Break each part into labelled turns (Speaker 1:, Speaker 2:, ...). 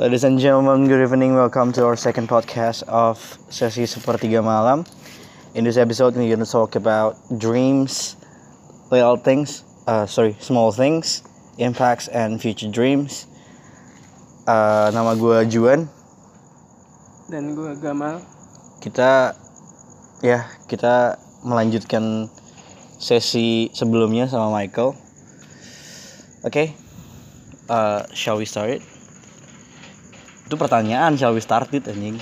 Speaker 1: Ladies and gentlemen, good evening. Welcome to our second podcast of Sesi Sepertiga Malam. In this episode, we're gonna talk about dreams, little things, uh, sorry, small things, impacts, and future dreams. Uh, nama gue Juan.
Speaker 2: dan gue Gamal
Speaker 1: Kita, ya, kita melanjutkan sesi sebelumnya sama Michael. Oke, uh, shall we start it? Itu pertanyaan, shall we start it, anjing?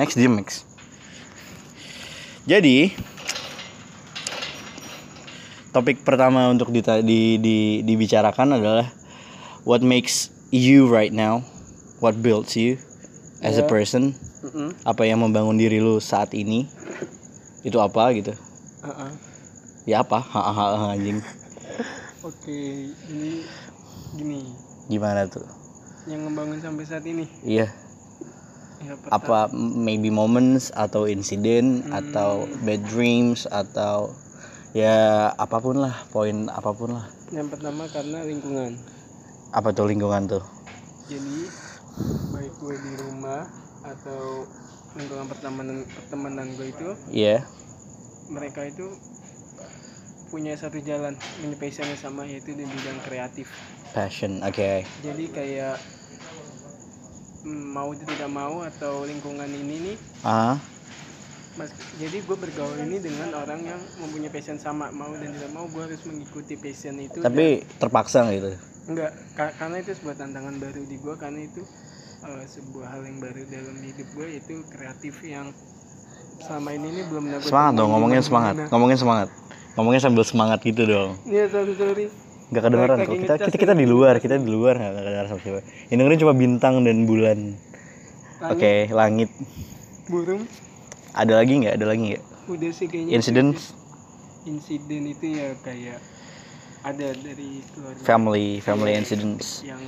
Speaker 1: Max, diem, Max. Jadi, topik pertama untuk dita- di, di, dibicarakan adalah what makes you right now, what builds you as a
Speaker 2: Yeah.
Speaker 1: person,
Speaker 2: Mm-mm.
Speaker 1: apa yang membangun diri lu saat ini, itu apa gitu?
Speaker 2: Ah, ah.
Speaker 1: Ya apa? Hahaha anjing.
Speaker 2: oke ini gini
Speaker 1: Gimana tuh?
Speaker 2: yang ngebangun sampai saat ini
Speaker 1: Iya,
Speaker 2: ya, pertama-
Speaker 1: apa maybe moments atau insiden
Speaker 2: Hmm.
Speaker 1: atau bad dreams atau ya apapun lah, poin apapun lah.
Speaker 2: yang pertama karena lingkungan
Speaker 1: Apa tuh lingkungan tuh?
Speaker 2: jadi baik gue di rumah atau lingkungan pertemanan pertemanan gue itu
Speaker 1: Iya.
Speaker 2: mereka itu punya satu jalan punya passion yang sama yaitu di bidang kreatif
Speaker 1: Passion. Oke.
Speaker 2: jadi kayak mm, mau tidak mau atau lingkungan ini nih
Speaker 1: Ah,
Speaker 2: Mas, jadi gue bergaul ini dengan orang yang mempunyai passion sama mau dan tidak mau gue harus mengikuti passion itu.
Speaker 1: tapi terpaksa gitu.
Speaker 2: dan- enggak ka- karena itu sebuah tantangan baru di gue karena itu eh, sebuah hal yang baru dalam hidup gue itu kreatif yang selama ini nih belum dapat.
Speaker 1: Semangat dong, ngomongin semangat. Ngomongin semangat. Ngomongin sambil semangat gitu dong.
Speaker 2: Iya sorry sorry.
Speaker 1: Gak kedengeran
Speaker 2: Lagi
Speaker 1: kok. Kita,
Speaker 2: ngecas
Speaker 1: kita kita di luar, kita di luar gak kedengeran sama siapa. Yang dengerin cuma bintang dan bulan. Oke,
Speaker 2: Langit,
Speaker 1: langit.
Speaker 2: Burung
Speaker 1: Ada lagi nggak? Ada lagi nggak?
Speaker 2: udah sih kayaknya.
Speaker 1: Insiden
Speaker 2: Insiden itu ya kayak ada dari keluarga
Speaker 1: family family incidents.
Speaker 2: yang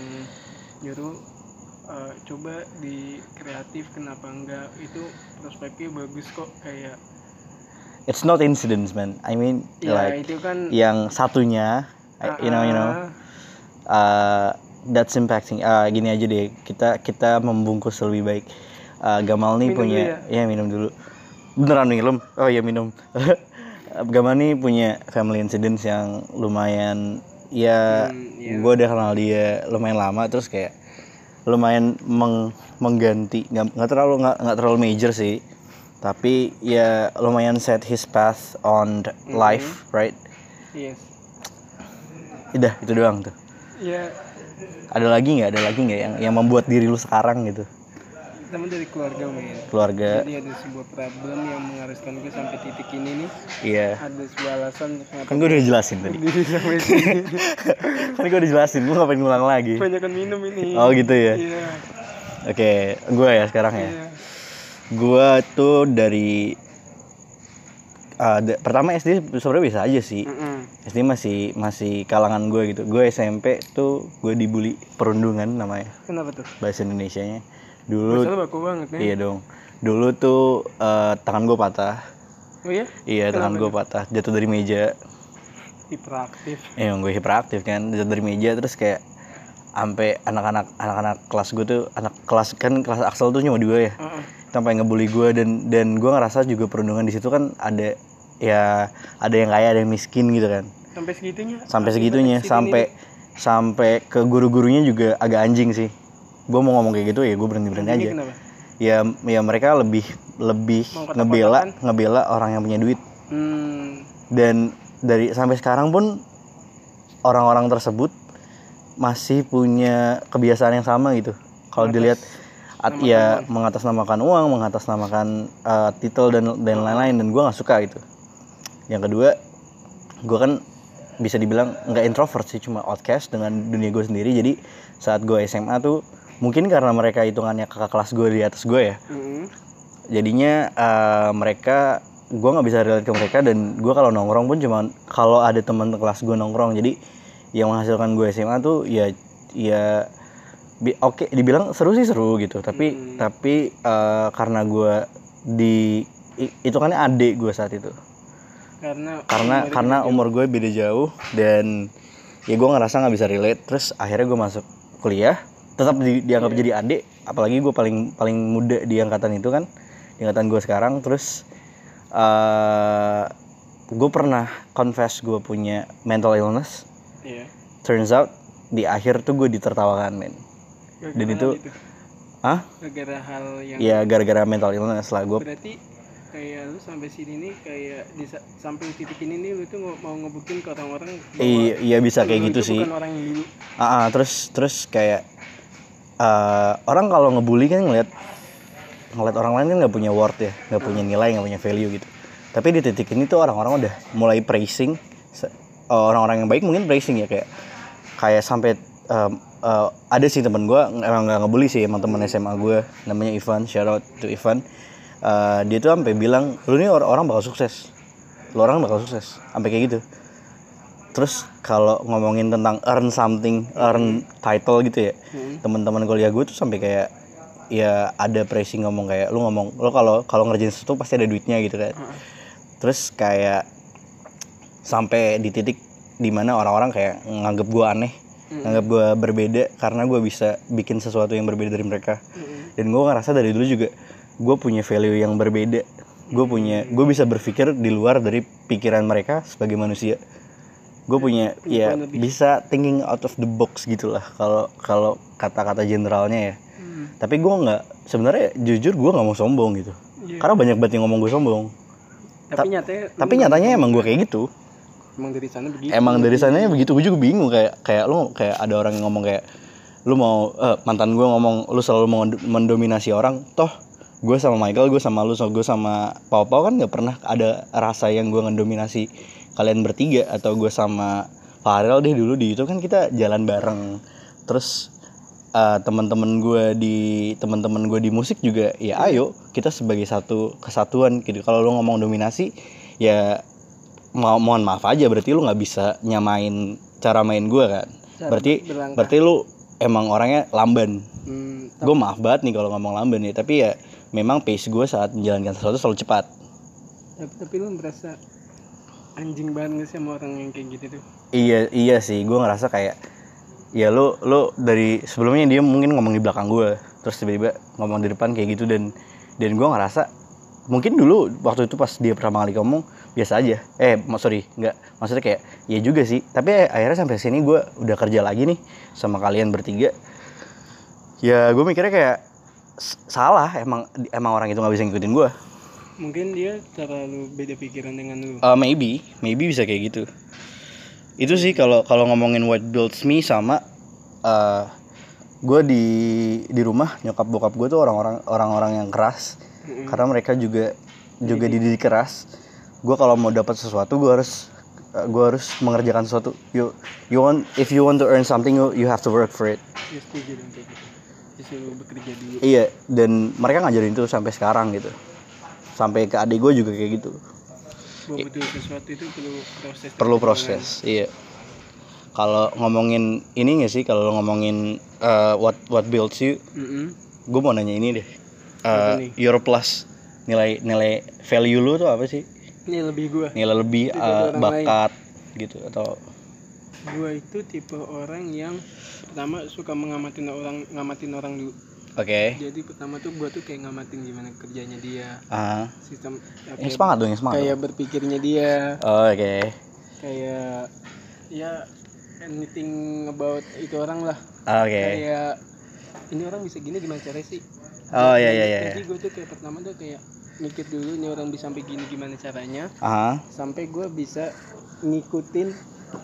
Speaker 2: nyuruh eh, coba di kreatif kenapa enggak itu prospeknya bagus kok kayak
Speaker 1: It's not incidents, man. I mean
Speaker 2: ya
Speaker 1: like
Speaker 2: itu kan
Speaker 1: yang satunya I- you know you know
Speaker 2: ah,
Speaker 1: uh, that's impacting. Uh, gini aja deh, kita kita membungkus lebih baik. Uh, Gamal nih
Speaker 2: Minum
Speaker 1: punya, ya? minum dulu. Beneran minum? Oh ya minum. Gamal nih punya family incidents yang lumayan, ya,
Speaker 2: Hmm, iya.
Speaker 1: gue udah kenal dia lumayan lama, terus kayak lumayan meng- mengganti, nggak nggak terlalu nggak nggak terlalu major sih, tapi ya lumayan set his path on the
Speaker 2: Mhm.
Speaker 1: life, right?
Speaker 2: yes
Speaker 1: Udah itu doang tuh.
Speaker 2: ya
Speaker 1: ada lagi nggak ada lagi nggak yang yang membuat diri lu sekarang gitu
Speaker 2: teman dari keluarga men
Speaker 1: keluarga
Speaker 2: jadi ada sebuah problem yang mengharuskan gue sampai titik ini nih
Speaker 1: iya
Speaker 2: ada sebuah alasan kenapa
Speaker 1: kan gue udah jelasin tadi
Speaker 2: diri sampai sini
Speaker 1: kan gue udah jelasin lu ngapain ngulang lagi
Speaker 2: kebanyakan minum ini
Speaker 1: oh gitu ya
Speaker 2: iya
Speaker 1: oke gue ya sekarang ya
Speaker 2: iya
Speaker 1: gue tuh dari ah, da- pertama SD sebenarnya bisa aja sih
Speaker 2: Mm-mm.
Speaker 1: SD masih masih kalangan gue gitu gue SMP tuh gue dibully perundungan namanya
Speaker 2: kenapa tuh
Speaker 1: bahasa Indonesianya dulu
Speaker 2: Masalah baku banget nih
Speaker 1: iya dong dulu tuh eh, tangan gue patah
Speaker 2: oh iya
Speaker 1: iya tangan gue patah jatuh dari meja
Speaker 2: hiperaktif
Speaker 1: Emang gue hiperaktif kan Jatuh dari meja terus kayak sampai anak-anak anak-anak kelas gue tuh anak kelas kan kelas Axel tuh cuma dua ya
Speaker 2: Heeh.
Speaker 1: sampai ngebully gue dan dan gue ngerasa juga perundungan di situ kan ada ya ada yang kaya ada yang miskin gitu kan
Speaker 2: sampai segitunya
Speaker 1: sampai segitunya sampai sampai ke guru-gurunya juga agak anjing sih gue mau ngomong kayak gitu ya gue berhenti berhenti
Speaker 2: Ini
Speaker 1: aja
Speaker 2: kenapa
Speaker 1: ya ya mereka lebih lebih
Speaker 2: Mau kotak-kotakan.
Speaker 1: ngebela ngebela orang yang punya duit
Speaker 2: Hmm,
Speaker 1: dan dari sampai sekarang pun orang-orang tersebut masih punya kebiasaan yang sama gitu kalau dilihat at, ya mengatasnamakan uang mengatasnamakan eh, titel dan dan lain-lain dan gue nggak suka gitu yang kedua gue kan bisa dibilang nggak introvert sih cuma outcast dengan dunia gue sendiri jadi saat gue SMA tuh mungkin karena mereka hitungannya kakak kelas gue di atas gue ya
Speaker 2: mm,
Speaker 1: jadinya eh, mereka gue nggak bisa relate ke mereka dan gue kalau nongkrong pun cuma kalau ada teman kelas gue nongkrong jadi yang menghasilkan gue SMA tuh ya ya bi- oke dibilang seru sih seru gitu tapi
Speaker 2: Hmm.
Speaker 1: tapi eh, karena gue di itu kan adik gue saat itu
Speaker 2: karena
Speaker 1: karena
Speaker 2: umur
Speaker 1: karena um-
Speaker 2: hidup.
Speaker 1: umur gue beda jauh dan ya gue ngerasa nggak bisa relate terus akhirnya gue masuk kuliah tetap di- dianggap jadi adik apalagi gue paling paling muda di angkatan itu kan di angkatan gue sekarang terus eh gue pernah confess gue punya mental illness
Speaker 2: Iya.
Speaker 1: turns out di akhir tuh gue ditertawakan men
Speaker 2: Gara-gara
Speaker 1: Dan itu-
Speaker 2: hal
Speaker 1: Hah?
Speaker 2: Gara-gara hal yang
Speaker 1: ya gara-gara mental illness lah gue
Speaker 2: berarti kayak lu sampai sini nih kayak di sa- samping titik ini nih lu tuh mau, mau ngebukin ke orang-orang bahwa
Speaker 1: i- iya bisa
Speaker 2: lu
Speaker 1: kayak gitu
Speaker 2: itu
Speaker 1: sih
Speaker 2: Bukan orang yang dulu.
Speaker 1: Ah, ah, terus terus kayak eh, orang kalau ngebully kan ngeliat ngeliat orang lain kan nggak punya worth ya, nggak punya nilai, nggak punya value gitu. Tapi di titik ini tuh orang-orang udah mulai praising se- eh, orang-orang yang baik mungkin praising ya kayak kayak sampai em, eh, ada sih temen gue emang nggak ngebully sih emang temen SMA gue namanya Ivan shout out to Ivan Eh, dia tuh sampai bilang lu nih or- orang bakal sukses lu orang bakal sukses sampai kayak gitu terus kalau ngomongin tentang earn something earn title gitu ya
Speaker 2: Hmm.
Speaker 1: teman-teman kuliah gue tuh sampai kayak ya ada pressing ngomong kayak lu ngomong lu kalau kalau ngerjain sesuatu pasti ada duitnya gitu kan
Speaker 2: Heeh.
Speaker 1: terus kayak sampai di titik dimana orang-orang kayak nganggep gue aneh
Speaker 2: Hmm.
Speaker 1: nganggep gue berbeda karena gue bisa bikin sesuatu yang berbeda dari mereka
Speaker 2: Mm-mm.
Speaker 1: dan gue ngerasa dari dulu juga gue punya value yang berbeda gue punya gue bisa berpikir di luar dari pikiran mereka sebagai manusia gue punya ya
Speaker 2: Iya, poin lebih.
Speaker 1: bisa thinking out of the box gitulah kalau kalau kata-kata generalnya ya
Speaker 2: Hmm.
Speaker 1: tapi gue nggak sebenarnya jujur gue nggak mau sombong gitu
Speaker 2: Iya.
Speaker 1: karena banyak banget yang ngomong gue sombong
Speaker 2: Tapi nyatanya lu
Speaker 1: tapi nyatanya emang gue kayak gitu
Speaker 2: emang dari sana begitu.
Speaker 1: emang dari ya, sananya begitu gue juga bingung kayak kayak lu kayak ada orang yang ngomong kayak lu mau eh, mantan gue ngomong lu selalu mau mendominasi orang toh gue sama Michael gue sama lu so gue sama Pau Pau kan nggak pernah ada rasa yang gue ngedominasi kalian bertiga atau gue sama Farel deh dulu di itu kan kita jalan bareng terus eh, teman-teman gue di teman-teman gue di musik juga ya ayo kita sebagai satu kesatuan gitu kalau lu ngomong dominasi ya mo- mohon maaf aja berarti lu nggak bisa nyamain cara main gue kan
Speaker 2: Cara
Speaker 1: berarti
Speaker 2: berlangkah.
Speaker 1: berarti lu emang orangnya lamban
Speaker 2: Hmm,
Speaker 1: gue maaf banget nih kalau ngomong lamban ya tapi ya memang pace gue saat menjalankan sesuatu selalu cepat
Speaker 2: tapi, tapi lu merasa anjing banget gak sih sama orang yang kayak gitu tuh.
Speaker 1: iya iya sih gue ngerasa kayak ya lu lu dari sebelumnya dia mungkin ngomong di belakang gue terus tiba-tiba ngomong di depan kayak gitu dan dan gue ngerasa mungkin dulu waktu itu pas dia pertama kali ngomong biasa aja eh ma- sorry nggak maksudnya kayak ya juga sih tapi akhirnya sampai sini gue udah kerja lagi nih sama kalian bertiga ya gue mikirnya kayak s- salah emang emang orang itu nggak bisa ngikutin gue
Speaker 2: Mungkin dia terlalu beda pikiran dengan lu.
Speaker 1: Uh, maybe, maybe bisa kayak gitu. Itu sih kalau kalau ngomongin what builds me sama uh, gue di di rumah nyokap bokap gue tuh orang-orang orang-orang yang keras
Speaker 2: Mm-mm.
Speaker 1: karena mereka juga juga dididik keras. Gue kalau mau dapat sesuatu gue harus gue harus mengerjakan sesuatu. You you want if you want to earn something you you have to work for it.
Speaker 2: Dia setuju dengan kayak gitu. Disuruh bekerja dulu.
Speaker 1: Iya dan mereka ngajarin itu sampai sekarang gitu. Sampai ke adik gue juga kayak gitu.
Speaker 2: Bahwa butuh sesuatu itu perlu proses.
Speaker 1: perlu proses iya kalau ngomongin ini nggak sih kalau ngomongin uh, what what builds you
Speaker 2: kan? Mm-mm.
Speaker 1: gue mau nanya ini deh
Speaker 2: Apa
Speaker 1: uh,
Speaker 2: nih?
Speaker 1: your plus nilai nilai value lu tuh apa sih
Speaker 2: Ini lebih gua.
Speaker 1: nilai lebih uh,
Speaker 2: Itu orang lain.
Speaker 1: bakat gitu atau
Speaker 2: Gua itu tipe orang yang pertama suka mengamatin orang ngamatin orang dulu.
Speaker 1: oke
Speaker 2: Jadi pertama tuh gua tuh kayak ngamatin gimana kerjanya dia,
Speaker 1: ah
Speaker 2: sistem apa
Speaker 1: yang
Speaker 2: ya,
Speaker 1: semangat dong yang semangat
Speaker 2: kayak berpikirnya dia.
Speaker 1: dong. Oh, oke
Speaker 2: kayak ya anything about itu orang lah
Speaker 1: Ah, oke
Speaker 2: kayak ini orang bisa gini gimana caranya sih
Speaker 1: oh ya ya ya
Speaker 2: jadi gue tuh kayak gitu pertama tuh kayak mikir dulu ini orang bisa sampai gini gimana caranya
Speaker 1: ah
Speaker 2: sampai gue bisa ngikutin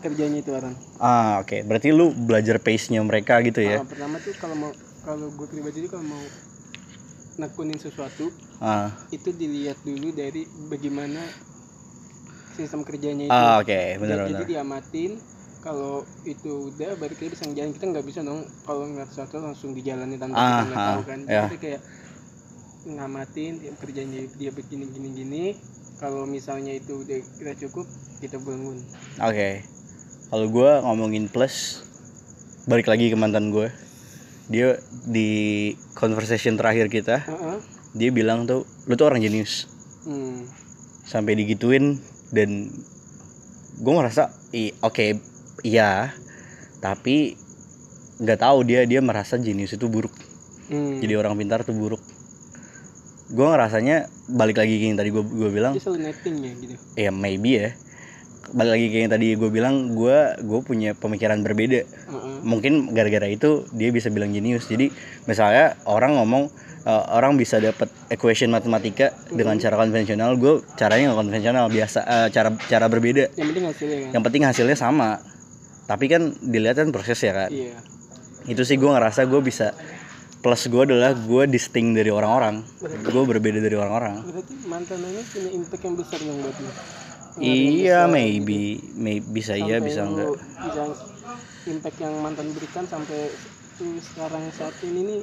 Speaker 2: kerjanya itu orang
Speaker 1: ah oke berarti lu belajar pace nya mereka gitu ya
Speaker 2: Ah, pertama tuh kalau mau kalau gue pribadi tuh kalau mau nekunin sesuatu
Speaker 1: ah
Speaker 2: itu dilihat dulu dari bagaimana sistem kerjanya itu
Speaker 1: ah oke bener
Speaker 2: jadi,
Speaker 1: bener
Speaker 2: jadi diamatin kalau itu udah baru kita bisa ngejalan kita nggak bisa dong kalau ngeliat sesuatu langsung dijalani tanpa kita
Speaker 1: Ah,
Speaker 2: nggak tahu kan
Speaker 1: ya.
Speaker 2: jadi kita kayak ngamatin tiap kerjanya dia begini gini gini kalau misalnya itu udah kita cukup kita bangun
Speaker 1: Oke. Kalau gue ngomongin plus, balik lagi ke mantan gue. Dia di conversation terakhir kita,
Speaker 2: Heeh.
Speaker 1: dia bilang tuh, lu tuh orang jenius.
Speaker 2: hmm.
Speaker 1: Sampai digituin dan gue ngerasa, "I- oke, iya. Tapi nggak tahu dia dia merasa jenius itu buruk
Speaker 2: Hmm.
Speaker 1: jadi orang pintar tuh buruk gue ngerasanya balik lagi ke yang tadi gue gue bilang
Speaker 2: Dia selalu netting ya gitu.
Speaker 1: ya maybe ya balik lagi ke yang tadi gue bilang gue gue punya pemikiran berbeda
Speaker 2: Heeh.
Speaker 1: mungkin gara-gara itu dia bisa bilang jenius jadi misalnya orang ngomong eh, orang bisa dapat equation matematika dengan cara konvensional gue caranya nggak konvensional biasa eh, cara cara berbeda
Speaker 2: Yang penting hasilnya kan.
Speaker 1: yang penting hasilnya sama tapi kan dilihat kan proses ya kan
Speaker 2: Iya.
Speaker 1: itu sih gue ngerasa gue bisa plus gue adalah gue distinct dari orang-orang gue berbeda dari orang-orang
Speaker 2: Berarti mantan ini punya impact yang besar dong buat lu.
Speaker 1: iya maybe maybe bisa iya
Speaker 2: Sampai
Speaker 1: bisa
Speaker 2: lu
Speaker 1: enggak
Speaker 2: bisa impact yang mantan berikan sampai lu sekarang saat ini nih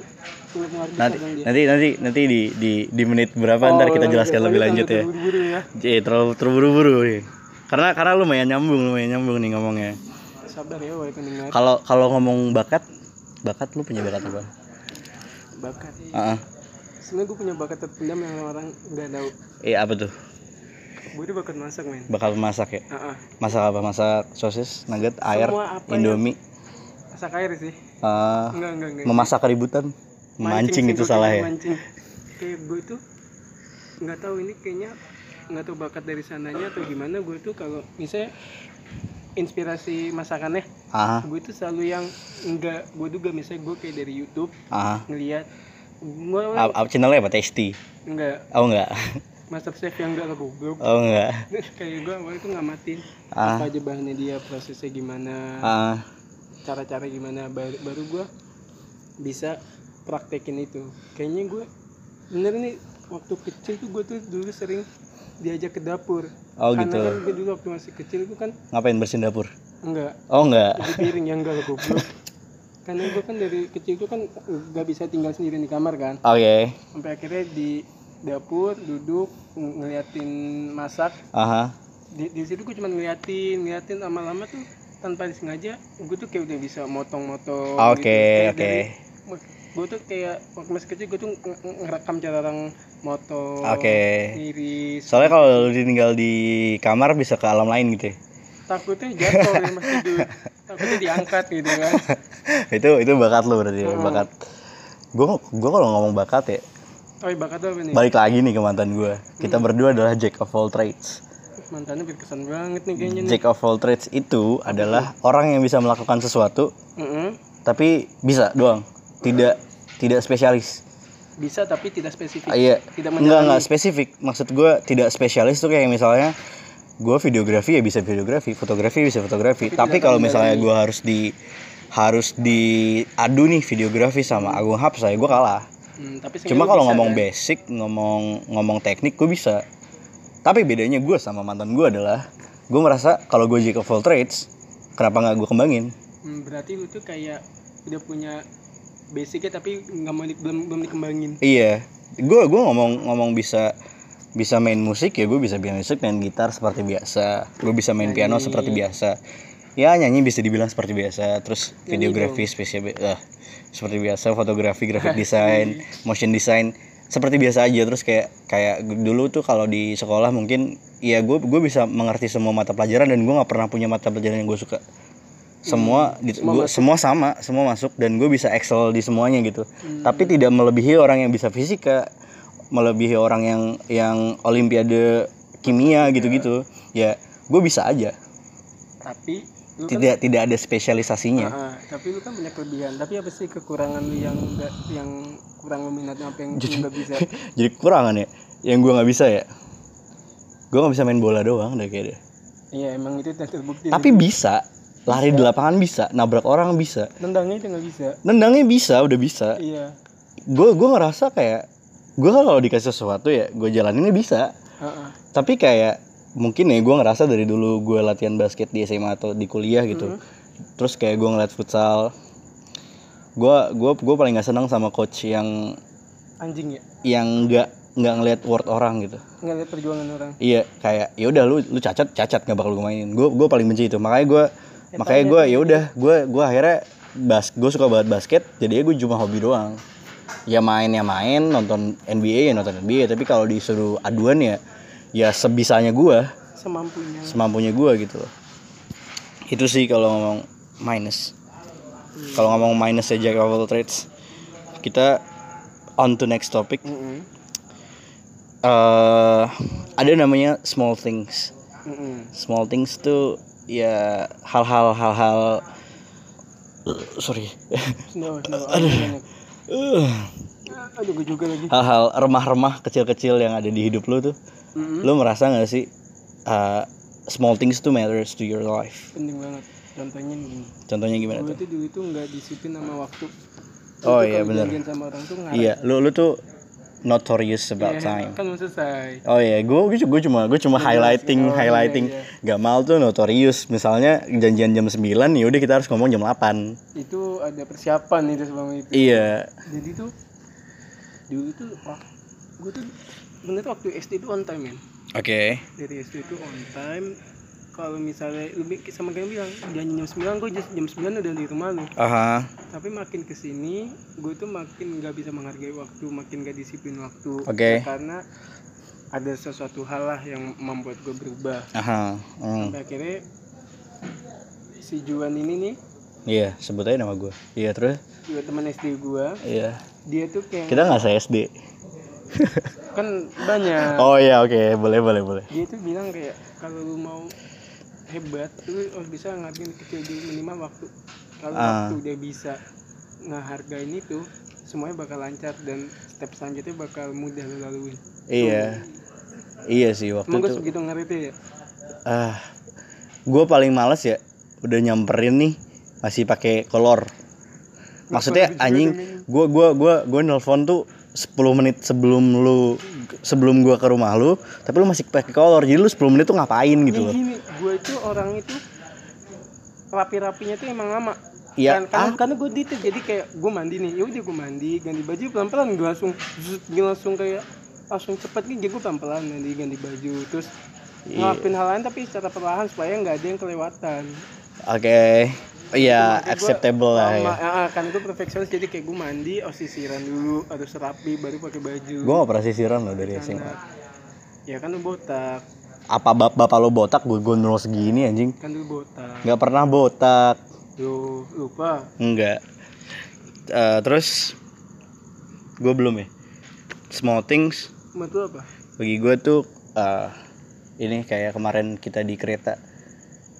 Speaker 2: lu luar biasa
Speaker 1: nanti
Speaker 2: dong dia.
Speaker 1: nanti nanti nanti di di di menit berapa ntar kita jelaskan lebih Oh, lanjut ya
Speaker 2: Buru-buru ya.
Speaker 1: Jadi terlalu terburu-buru nih karena karena lumayan nyambung lumayan nyambung nih ngomongnya
Speaker 2: Sabar ya wahai pendengar.
Speaker 1: kalau kalau ngomong bakat bakat lu punya bakat apa
Speaker 2: Bakat.
Speaker 1: Heeh.
Speaker 2: Sebenarnya gue punya bakat terpendam yang orang nggak tahu.
Speaker 1: eh apa tuh
Speaker 2: Gue tuh bakat masak men.
Speaker 1: bakal masak ya
Speaker 2: Heeh.
Speaker 1: masak apa masak sosis nugget air
Speaker 2: Semua apa
Speaker 1: indomie
Speaker 2: Masak air sih.
Speaker 1: eh,
Speaker 2: Enggak enggak enggak.
Speaker 1: memasak keributan memancing
Speaker 2: sih,
Speaker 1: itu
Speaker 2: gua
Speaker 1: salah
Speaker 2: kira
Speaker 1: ya
Speaker 2: mancing. kayak gue tuh nggak tahu ini kayaknya nggak tahu bakat dari sananya atau gimana gue tuh kalau misalnya inspirasi masakannya
Speaker 1: ah
Speaker 2: gue tuh selalu yang enggak gue duga misalnya gue kayak dari YouTube
Speaker 1: ah
Speaker 2: ngeliat gue
Speaker 1: Apa- apa channelnya apa tasty
Speaker 2: enggak
Speaker 1: oh enggak
Speaker 2: master chef yang enggak goblok
Speaker 1: oh enggak
Speaker 2: kayak gue awalnya tuh ngamatin
Speaker 1: ah
Speaker 2: apa aja bahannya dia prosesnya gimana
Speaker 1: ah
Speaker 2: cara-cara gimana baru, baru gue bisa praktekin itu kayaknya gue bener nih waktu kecil tuh gue tuh dulu sering diajak ke dapur
Speaker 1: oh
Speaker 2: karena kan
Speaker 1: gitu
Speaker 2: gue dulu waktu masih kecil gue kan
Speaker 1: ngapain bersihin dapur
Speaker 2: enggak
Speaker 1: oh enggak
Speaker 2: di piring yang enggak lah, goblok karena gue kan dari kecil gue kan gak bisa tinggal sendiri di kamar kan
Speaker 1: oke
Speaker 2: sampai akhirnya di dapur duduk ng- ngeliatin masak
Speaker 1: aha
Speaker 2: di, di situ gue cuma ngeliatin ngeliatin lama-lama tuh tanpa disengaja gue tuh kayak udah bisa motong-motong gitu.
Speaker 1: Ah, oke
Speaker 2: Kayak
Speaker 1: oke
Speaker 2: dari- gue tuh kayak waktu masih kecil gue tuh nge- nge- ngerekam cara orang motor
Speaker 1: oke
Speaker 2: iris
Speaker 1: Soalnya kalau lu ditinggal di kamar bisa ke alam lain gitu. ya.
Speaker 2: takutnya jatuh ya mas tidur takutnya diangkat gitu kan
Speaker 1: itu itu bakat lo berarti ya,
Speaker 2: Hmm.
Speaker 1: bakat. Gue gua kalau ngomong bakat ya
Speaker 2: oh iya, bakat lu apa nih
Speaker 1: balik lagi nih ke mantan gue. Kita berdua adalah jack of all trades.
Speaker 2: mantannya berkesan banget nih kayaknya nih
Speaker 1: Jack of all trades itu adalah orang yang bisa melakukan sesuatu
Speaker 2: Mm-mm.
Speaker 1: tapi bisa doang. Tidak tidak spesialis.
Speaker 2: bisa tapi tidak spesifik
Speaker 1: Ah, Iya.
Speaker 2: tidak
Speaker 1: Enggak
Speaker 2: mendalami
Speaker 1: enggak spesifik. Maksud gue tidak spesialis tuh kayak misalnya gue videografi ya bisa videografi, fotografi ya bisa fotografi. Tapi, kalau misalnya gue harus di harus diadu nih videografi sama Agung Hapsa ya gue kalah.
Speaker 2: Hmm, tapi
Speaker 1: Cuma
Speaker 2: seenggaknya
Speaker 1: kalau
Speaker 2: bisa,
Speaker 1: ngomong
Speaker 2: kan?
Speaker 1: basic, ngomong ngomong teknik gue bisa. Tapi bedanya gue sama mantan gue adalah gue merasa kalau gue jack of all trades, kenapa nggak gue kembangin?
Speaker 2: Hmm, berarti lu tuh kayak udah punya basicnya tapi nggak mau di- belum belum dikembangin
Speaker 1: Iya, gue gua ngomong ngomong bisa bisa main musik ya gue bisa main musik, main gitar seperti biasa, gue bisa main piano seperti biasa. Ya nyanyi bisa dibilang seperti biasa, terus videografi spesial eh, seperti biasa, fotografi, graphic design, motion design seperti biasa aja terus kayak kayak dulu tuh kalau di sekolah mungkin ya gue gue bisa mengerti semua mata pelajaran dan gue nggak pernah punya mata pelajaran yang gue suka semua gitu gua- semua sama semua masuk dan gue bisa excel di semuanya gitu tapi tidak melebihi orang yang bisa fisika melebihi orang yang yang olimpiade kimia gitu-gitu ya gue bisa aja
Speaker 2: tapi lu kan
Speaker 1: tidak tidak ada spesialisasinya
Speaker 2: Ah, tapi lu kan punya kelebihan. Tapi apa sih kekurangan lu yang nggak- yang kurang minat apa yang lu nggak bisa?
Speaker 1: jadi kekurangan ya yang gue nggak bisa ya gue nggak bisa main bola doang udah kayaknya
Speaker 2: Iya emang itu udah terbukti.
Speaker 1: tapi bisa lari di lapangan bisa nabrak orang bisa
Speaker 2: nendangnya itu nggak bisa.
Speaker 1: nendangnya bisa udah bisa
Speaker 2: Iya.
Speaker 1: gue gue ngerasa kayak gue kalau dikasih sesuatu ya gue jalaninnya bisa
Speaker 2: Heeh.
Speaker 1: tapi kayak mungkin ya gue ngerasa dari dulu gue latihan basket di SMA atau di kuliah gitu terus kayak gue ngeliat futsal gue gue gue paling nggak senang sama coach yang
Speaker 2: Anjing ya.
Speaker 1: yang nggak nggak ngeliat word orang gitu
Speaker 2: Nggak lihat perjuangan orang.
Speaker 1: iya kayak ya udah lu lu cacat cacat nggak bakal gue mainin gue gue paling benci itu makanya gue makanya gue ya udah gue gue akhirnya bas gue suka banget basket jadi gue cuma hobi doang ya main ya main nonton NBA ya nonton NBA tapi kalau disuruh aduan ya ya sebisanya gue
Speaker 2: Semampunya.
Speaker 1: semampunya gue gitu loh itu sih kalau ngomong minus Kalau ngomong minusnya jack of all trades, kita on to next topic.
Speaker 2: Mm-mm.
Speaker 1: eh ada namanya small things.
Speaker 2: Mm-mm.
Speaker 1: Small things tuh ya hal-hal hal-hal sorry
Speaker 2: Snow, snow. Aduh, banyak. aduh gue juga lagi.
Speaker 1: hal-hal remah-remah kecil-kecil yang ada di hidup lu tuh
Speaker 2: Mm-mm.
Speaker 1: lu merasa nggak sih uh, small things tuh matters to your life
Speaker 2: Penting banget. Contohnya gini.
Speaker 1: contohnya gimana
Speaker 2: Gue
Speaker 1: tuh
Speaker 2: tuh dulu Nah, tuh nggak disiplin sama waktu.
Speaker 1: Oh,
Speaker 2: Itu
Speaker 1: iya,
Speaker 2: kalau
Speaker 1: bener.
Speaker 2: dijagain sama orang tuh ngarep.
Speaker 1: iya lu lu tuh notorious about
Speaker 2: Iya,
Speaker 1: time
Speaker 2: Kan belum selesai.
Speaker 1: oh iya gue gue gue cuma gue cuma highlighting
Speaker 2: oh, iya,
Speaker 1: highlighting
Speaker 2: iya.
Speaker 1: Gamal tuh notorious misalnya janjian jam 9 ya udah kita harus ngomong jam 8
Speaker 2: Itu ada persiapan itu sebelum itu.
Speaker 1: iya
Speaker 2: Jadi tuh dulu tuh wah, gue tuh bener tuh waktu SD itu on time men.
Speaker 1: oke
Speaker 2: Dari SD itu on time. Kalau misalnya lebih sama kayak bilang janji jam 9 gue jam 9 udah di rumah lu.
Speaker 1: aha
Speaker 2: tapi makin kesini gue tuh makin nggak bisa menghargai waktu makin gak disiplin waktu
Speaker 1: Oke.
Speaker 2: Ya, karena ada sesuatu hal lah yang membuat gue berubah
Speaker 1: aha hmm.
Speaker 2: Sampai akhirnya si Juan ini nih
Speaker 1: iya sebut aja nama gue iya terus
Speaker 2: juga teman SD gue
Speaker 1: iya
Speaker 2: dia tuh kayak
Speaker 1: kita nggak se SD
Speaker 2: kan banyak
Speaker 1: oh iya oke boleh boleh boleh
Speaker 2: dia tuh bilang kayak kalau lu mau hebat lu harus bisa ngargain kecil dulu minimal waktu kalau
Speaker 1: Ah.
Speaker 2: waktu udah bisa ngehargain itu semuanya bakal lancar dan step selanjutnya bakal mudah lu laluin
Speaker 1: iya iya sih waktu
Speaker 2: Emang gue
Speaker 1: itu
Speaker 2: segitu ngerti ya?
Speaker 1: ah gue paling males ya udah nyamperin nih masih pakai kolor maksudnya anjing gue gua gua gua nelfon tuh 10 menit sebelum lu sebelum gua ke rumah lu tapi lu masih pakai kolor jadi lu 10 menit tuh ngapain gitu
Speaker 2: Ini
Speaker 1: loh
Speaker 2: gini, gue itu orang itu rapi-rapinya tuh emang lama.
Speaker 1: Iya,
Speaker 2: Kan- karena,
Speaker 1: ah.
Speaker 2: karena gue detail jadi kayak gue mandi nih, ya udah gue mandi, ganti baju pelan-pelan gue langsung zzzz, gini langsung kayak langsung cepet nih, jadi gue pelan-pelan nanti ganti baju terus
Speaker 1: Iya.
Speaker 2: ngelakuin hal lain tapi secara perlahan supaya nggak ada yang kelewatan.
Speaker 1: oke iya
Speaker 2: Makanya gua
Speaker 1: acceptable lah ya
Speaker 2: lama- ah, ah, kan gue perfeksionis jadi kayak gue mandi, oh sisiran dulu, harus rapi baru pakai baju.
Speaker 1: gue gak pernah sisiran loh dari SMA
Speaker 2: Karena- ya kan lu botak,
Speaker 1: apa bap bapak lo botak gue gondrong segini anjing
Speaker 2: kan dulu botak.
Speaker 1: nggak pernah botak
Speaker 2: Yo, lupa.
Speaker 1: Enggak. Eh, terus gue belum ya. Small things
Speaker 2: Menurut lu apa?
Speaker 1: bagi gue tuh eh, ini kayak kemarin kita di kereta.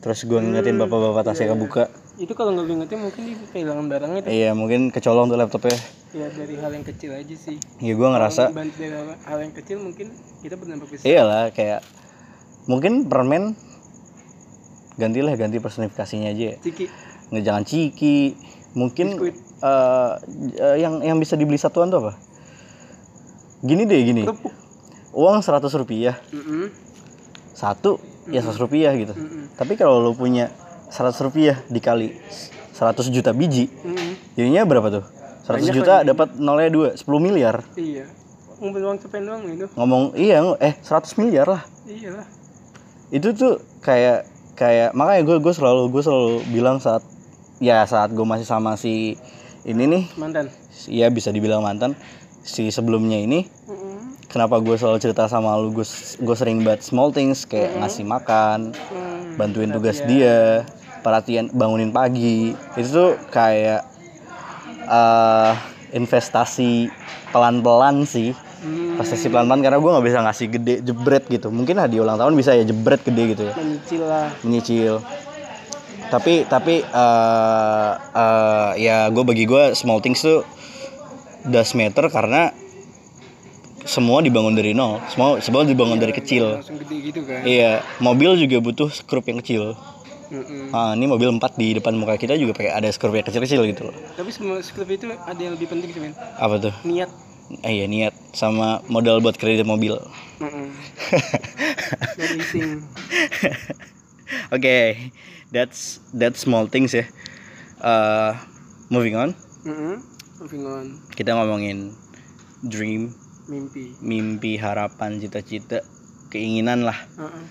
Speaker 1: Terus gue ngingetin bapak-bapak tasnya kebuka.
Speaker 2: Itu kalau nggak ingetnya mungkin dia kehilangan barangnya tuh.
Speaker 1: Iya mungkin kecolong tuh laptopnya.
Speaker 2: Ya dari hal yang kecil aja sih.
Speaker 1: Ya gue ngerasa
Speaker 2: Bantu dari hal, hal yang kecil mungkin kita berdampak besar.
Speaker 1: iyalah kayak mungkin permen gantilah ganti personifikasinya aja. ya.
Speaker 2: Ciki,
Speaker 1: Nggak jangan ciki. Mungkin
Speaker 2: Biskuit.
Speaker 1: eh, eh, yang yang bisa dibeli satuan tuh apa? Gini deh gini.
Speaker 2: kerupuk.
Speaker 1: Uang 100 rupiah
Speaker 2: Mm-mm,
Speaker 1: satu ya 100 rupiah gitu.
Speaker 2: Mm-mm.
Speaker 1: Tapi kalau lu punya 100 rupiah dikali 100 juta biji,
Speaker 2: mm-mm.
Speaker 1: jadinya berapa tuh? 100
Speaker 2: Banyak
Speaker 1: juta dapat nolnya 2, 10 miliar.
Speaker 2: Iya. Ngumpulin uang cepen doang itu.
Speaker 1: Ngomong iya ng- eh 100 miliar lah.
Speaker 2: Iyalah.
Speaker 1: Itu tuh kayak kayak makanya gue gue selalu gue selalu bilang saat ya saat gue masih sama si ini nih
Speaker 2: Mantan.
Speaker 1: ya bisa dibilang mantan si sebelumnya ini
Speaker 2: Mm-mm.
Speaker 1: kenapa gue selalu cerita sama lu gue s- gue sering banget small things kayak ngasih makan
Speaker 2: Mm.
Speaker 1: bantuin tugas dia perhatian bangunin pagi itu tuh kayak eh investasi pelan-pelan sih
Speaker 2: Mm.
Speaker 1: investasi pelan-pelan karena gue nggak bisa ngasih gede jebret gitu mungkin hadiah ulang tahun bisa ya jebret gede gitu ya
Speaker 2: Menyicil lah.
Speaker 1: menyicil tapi tapi eh eh, ya gue bagi gue small things tuh does matter karena semua dibangun dari nol semua semua dibangun dari kecil
Speaker 2: Iya, Langsung gede gitu kan.
Speaker 1: iya mobil juga butuh skrup yang kecil
Speaker 2: Mm-mm.
Speaker 1: Ah, ini mobil 4 di depan muka kita juga pakai ada skrup yang kecil-kecil gitu loh.
Speaker 2: Tapi sebelum skrip itu ada yang lebih penting sih men.
Speaker 1: Apa tuh?
Speaker 2: Niat.
Speaker 1: Eh, iya niat sama modal buat kredit mobil.
Speaker 2: Mm-mm. Dan leasing.
Speaker 1: Oke, that's that's small things ya. Eh, moving on,
Speaker 2: Mm-mm. Moving on.
Speaker 1: kita ngomongin dream,
Speaker 2: Mimpi.
Speaker 1: mimpi, harapan, cita-cita, keinginan lah.
Speaker 2: Heeh.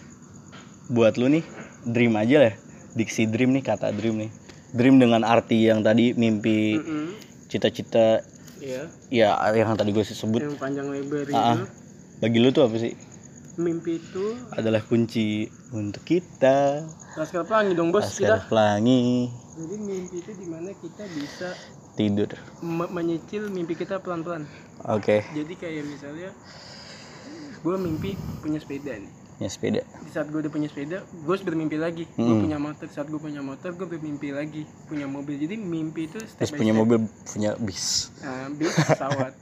Speaker 1: Buat lu nih, dream aja lah. Diksi dream nih kata dream nih. Dream dengan arti yang tadi mimpi,
Speaker 2: Mm-mm.
Speaker 1: cita-cita,
Speaker 2: Iya.
Speaker 1: ya yang tadi gue sebut.
Speaker 2: Yang panjang lebar
Speaker 1: Ah, ah.
Speaker 2: itu.
Speaker 1: Bagi lu tuh apa sih?
Speaker 2: mimpi itu
Speaker 1: adalah kunci untuk kita
Speaker 2: laskar pelangi dong bos kita
Speaker 1: laskar pelangi
Speaker 2: jadi mimpi itu dimana kita bisa
Speaker 1: tidur
Speaker 2: me- menyicil mimpi kita pelan-pelan
Speaker 1: oke
Speaker 2: jadi kayak misalnya gue mimpi punya sepeda nih
Speaker 1: ya sepeda
Speaker 2: di saat gue udah punya sepeda gue harus bermimpi lagi gue
Speaker 1: Hmm.
Speaker 2: punya motor di saat gue punya motor gue bermimpi lagi punya mobil jadi mimpi itu step
Speaker 1: terus
Speaker 2: by
Speaker 1: punya
Speaker 2: step
Speaker 1: mobil punya bis
Speaker 2: Nah, bis pesawat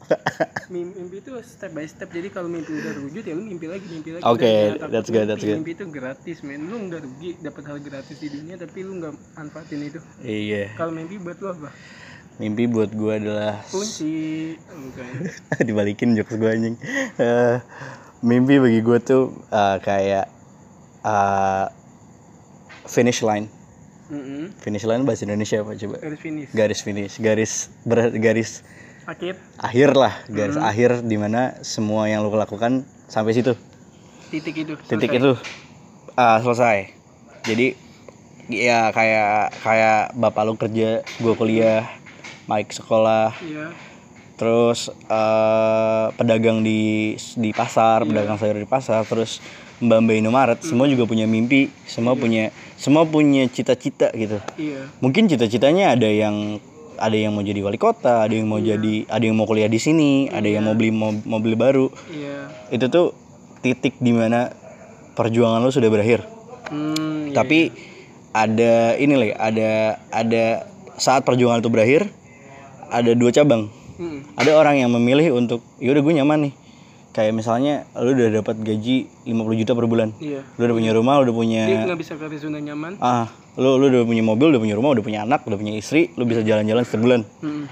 Speaker 2: Mim- mimpi itu step by step jadi kalau mimpi udah terwujud ya lu mimpi lagi mimpi lagi
Speaker 1: Oke,
Speaker 2: Dan jangan
Speaker 1: that's good,
Speaker 2: takut mimpi.
Speaker 1: that's good.
Speaker 2: mimpi itu gratis men lu nggak rugi dapat hal gratis di dunia tapi lu nggak manfaatin itu
Speaker 1: iya
Speaker 2: kalau mimpi buat lu apa
Speaker 1: mimpi buat gua adalah
Speaker 2: kunci bukan
Speaker 1: dibalikin jokes gue anjing Eh, mimpi bagi gue tuh eh, kayak eh, finish line
Speaker 2: Mm-mm.
Speaker 1: finish line bahasa Indonesia apa coba
Speaker 2: garis finish
Speaker 1: garis finish garis ber- garis
Speaker 2: akhir
Speaker 1: akhir lah garis
Speaker 2: Hmm.
Speaker 1: akhir dimana semua yang lo lakukan sampai situ
Speaker 2: titik itu
Speaker 1: titik itu ah, selesai jadi ya kayak kayak bapak lo kerja gue kuliah Mike sekolah
Speaker 2: ya
Speaker 1: terus eh, pedagang di di pasar, pedagang sayur di pasar, terus Mbak Mbak Indomaret, semua juga punya mimpi, semua punya semua punya cita-cita gitu.
Speaker 2: iya
Speaker 1: Mungkin cita-citanya ada yang ada yang mau jadi wali kota, ada yang mau jadi ada yang mau kuliah di sini, ada yang mau beli mau, mau beli baru.
Speaker 2: iya
Speaker 1: Itu tuh titik dimana perjuangan lo sudah berakhir.
Speaker 2: hmm, iya.
Speaker 1: Tapi ada ini lah, ada ada saat perjuangan itu berakhir ada dua cabang
Speaker 2: Mm.
Speaker 1: ada orang yang memilih untuk yaudah gue nyaman nih kayak misalnya lu udah dapat gaji 50 juta per bulan
Speaker 2: iya
Speaker 1: lu udah punya rumah lu udah punya
Speaker 2: dia nggak bisa ke zona nyaman
Speaker 1: ah lu lu udah punya mobil udah punya rumah udah punya anak udah punya istri lu bisa jalan-jalan setiap bulan
Speaker 2: Mm.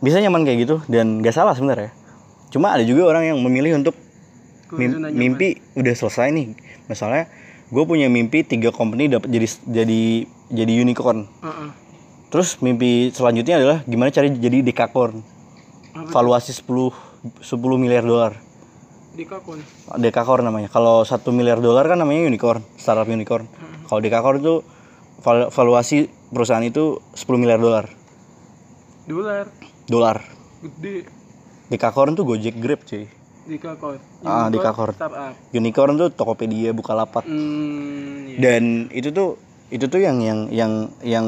Speaker 1: bisa nyaman kayak gitu dan gak salah sebenarnya cuma ada juga orang yang memilih untuk
Speaker 2: Ke
Speaker 1: mim-
Speaker 2: zona nyaman
Speaker 1: mimpi udah selesai nih misalnya gue punya mimpi tiga company dapat jadi jadi jadi unicorn
Speaker 2: Heeh.
Speaker 1: terus mimpi selanjutnya adalah gimana cari jadi dekakorn
Speaker 2: Apa
Speaker 1: valuasi 10 10 miliar dolar
Speaker 2: di kakun
Speaker 1: Dekakorn namanya. Kalau satu miliar dolar kan namanya unicorn, startup unicorn. Kalau Dekakorn itu val- valuasi perusahaan itu 10 miliar dolar.
Speaker 2: dolar
Speaker 1: Dolar.
Speaker 2: gede
Speaker 1: Dekakorn tuh Gojek Grab cuy.
Speaker 2: di kakor
Speaker 1: Ah, di Kakor.
Speaker 2: startup
Speaker 1: Unicorn tuh Tokopedia, Bukalapak.
Speaker 2: hmm, iya.
Speaker 1: Dan itu tuh itu tuh yang yang yang yang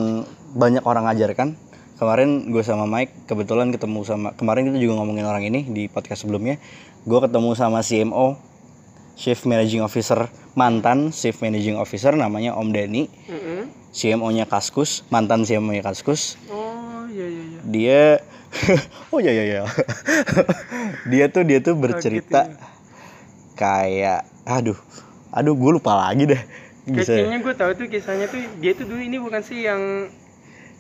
Speaker 1: banyak orang ajarkan. Kemarin gue sama Mike kebetulan ketemu sama kemarin kita juga ngomongin orang ini di podcast sebelumnya. Gue ketemu sama CMO Chief Managing Officer mantan Chief Managing Officer namanya Om Dani.
Speaker 2: Mm-mm.
Speaker 1: CMO-nya Kaskus, mantan CMO-nya Kaskus.
Speaker 2: oh iya iya iya
Speaker 1: Dia oh ya ya ya. dia tuh dia
Speaker 2: Oh, gitu,
Speaker 1: tuh
Speaker 2: ya.
Speaker 1: bercerita kayak aduh. Aduh, gue lupa lagi dah. Bisa. ya?
Speaker 2: kayaknya gue tahu tuh kisahnya tuh dia tuh dulu ini bukan sih yang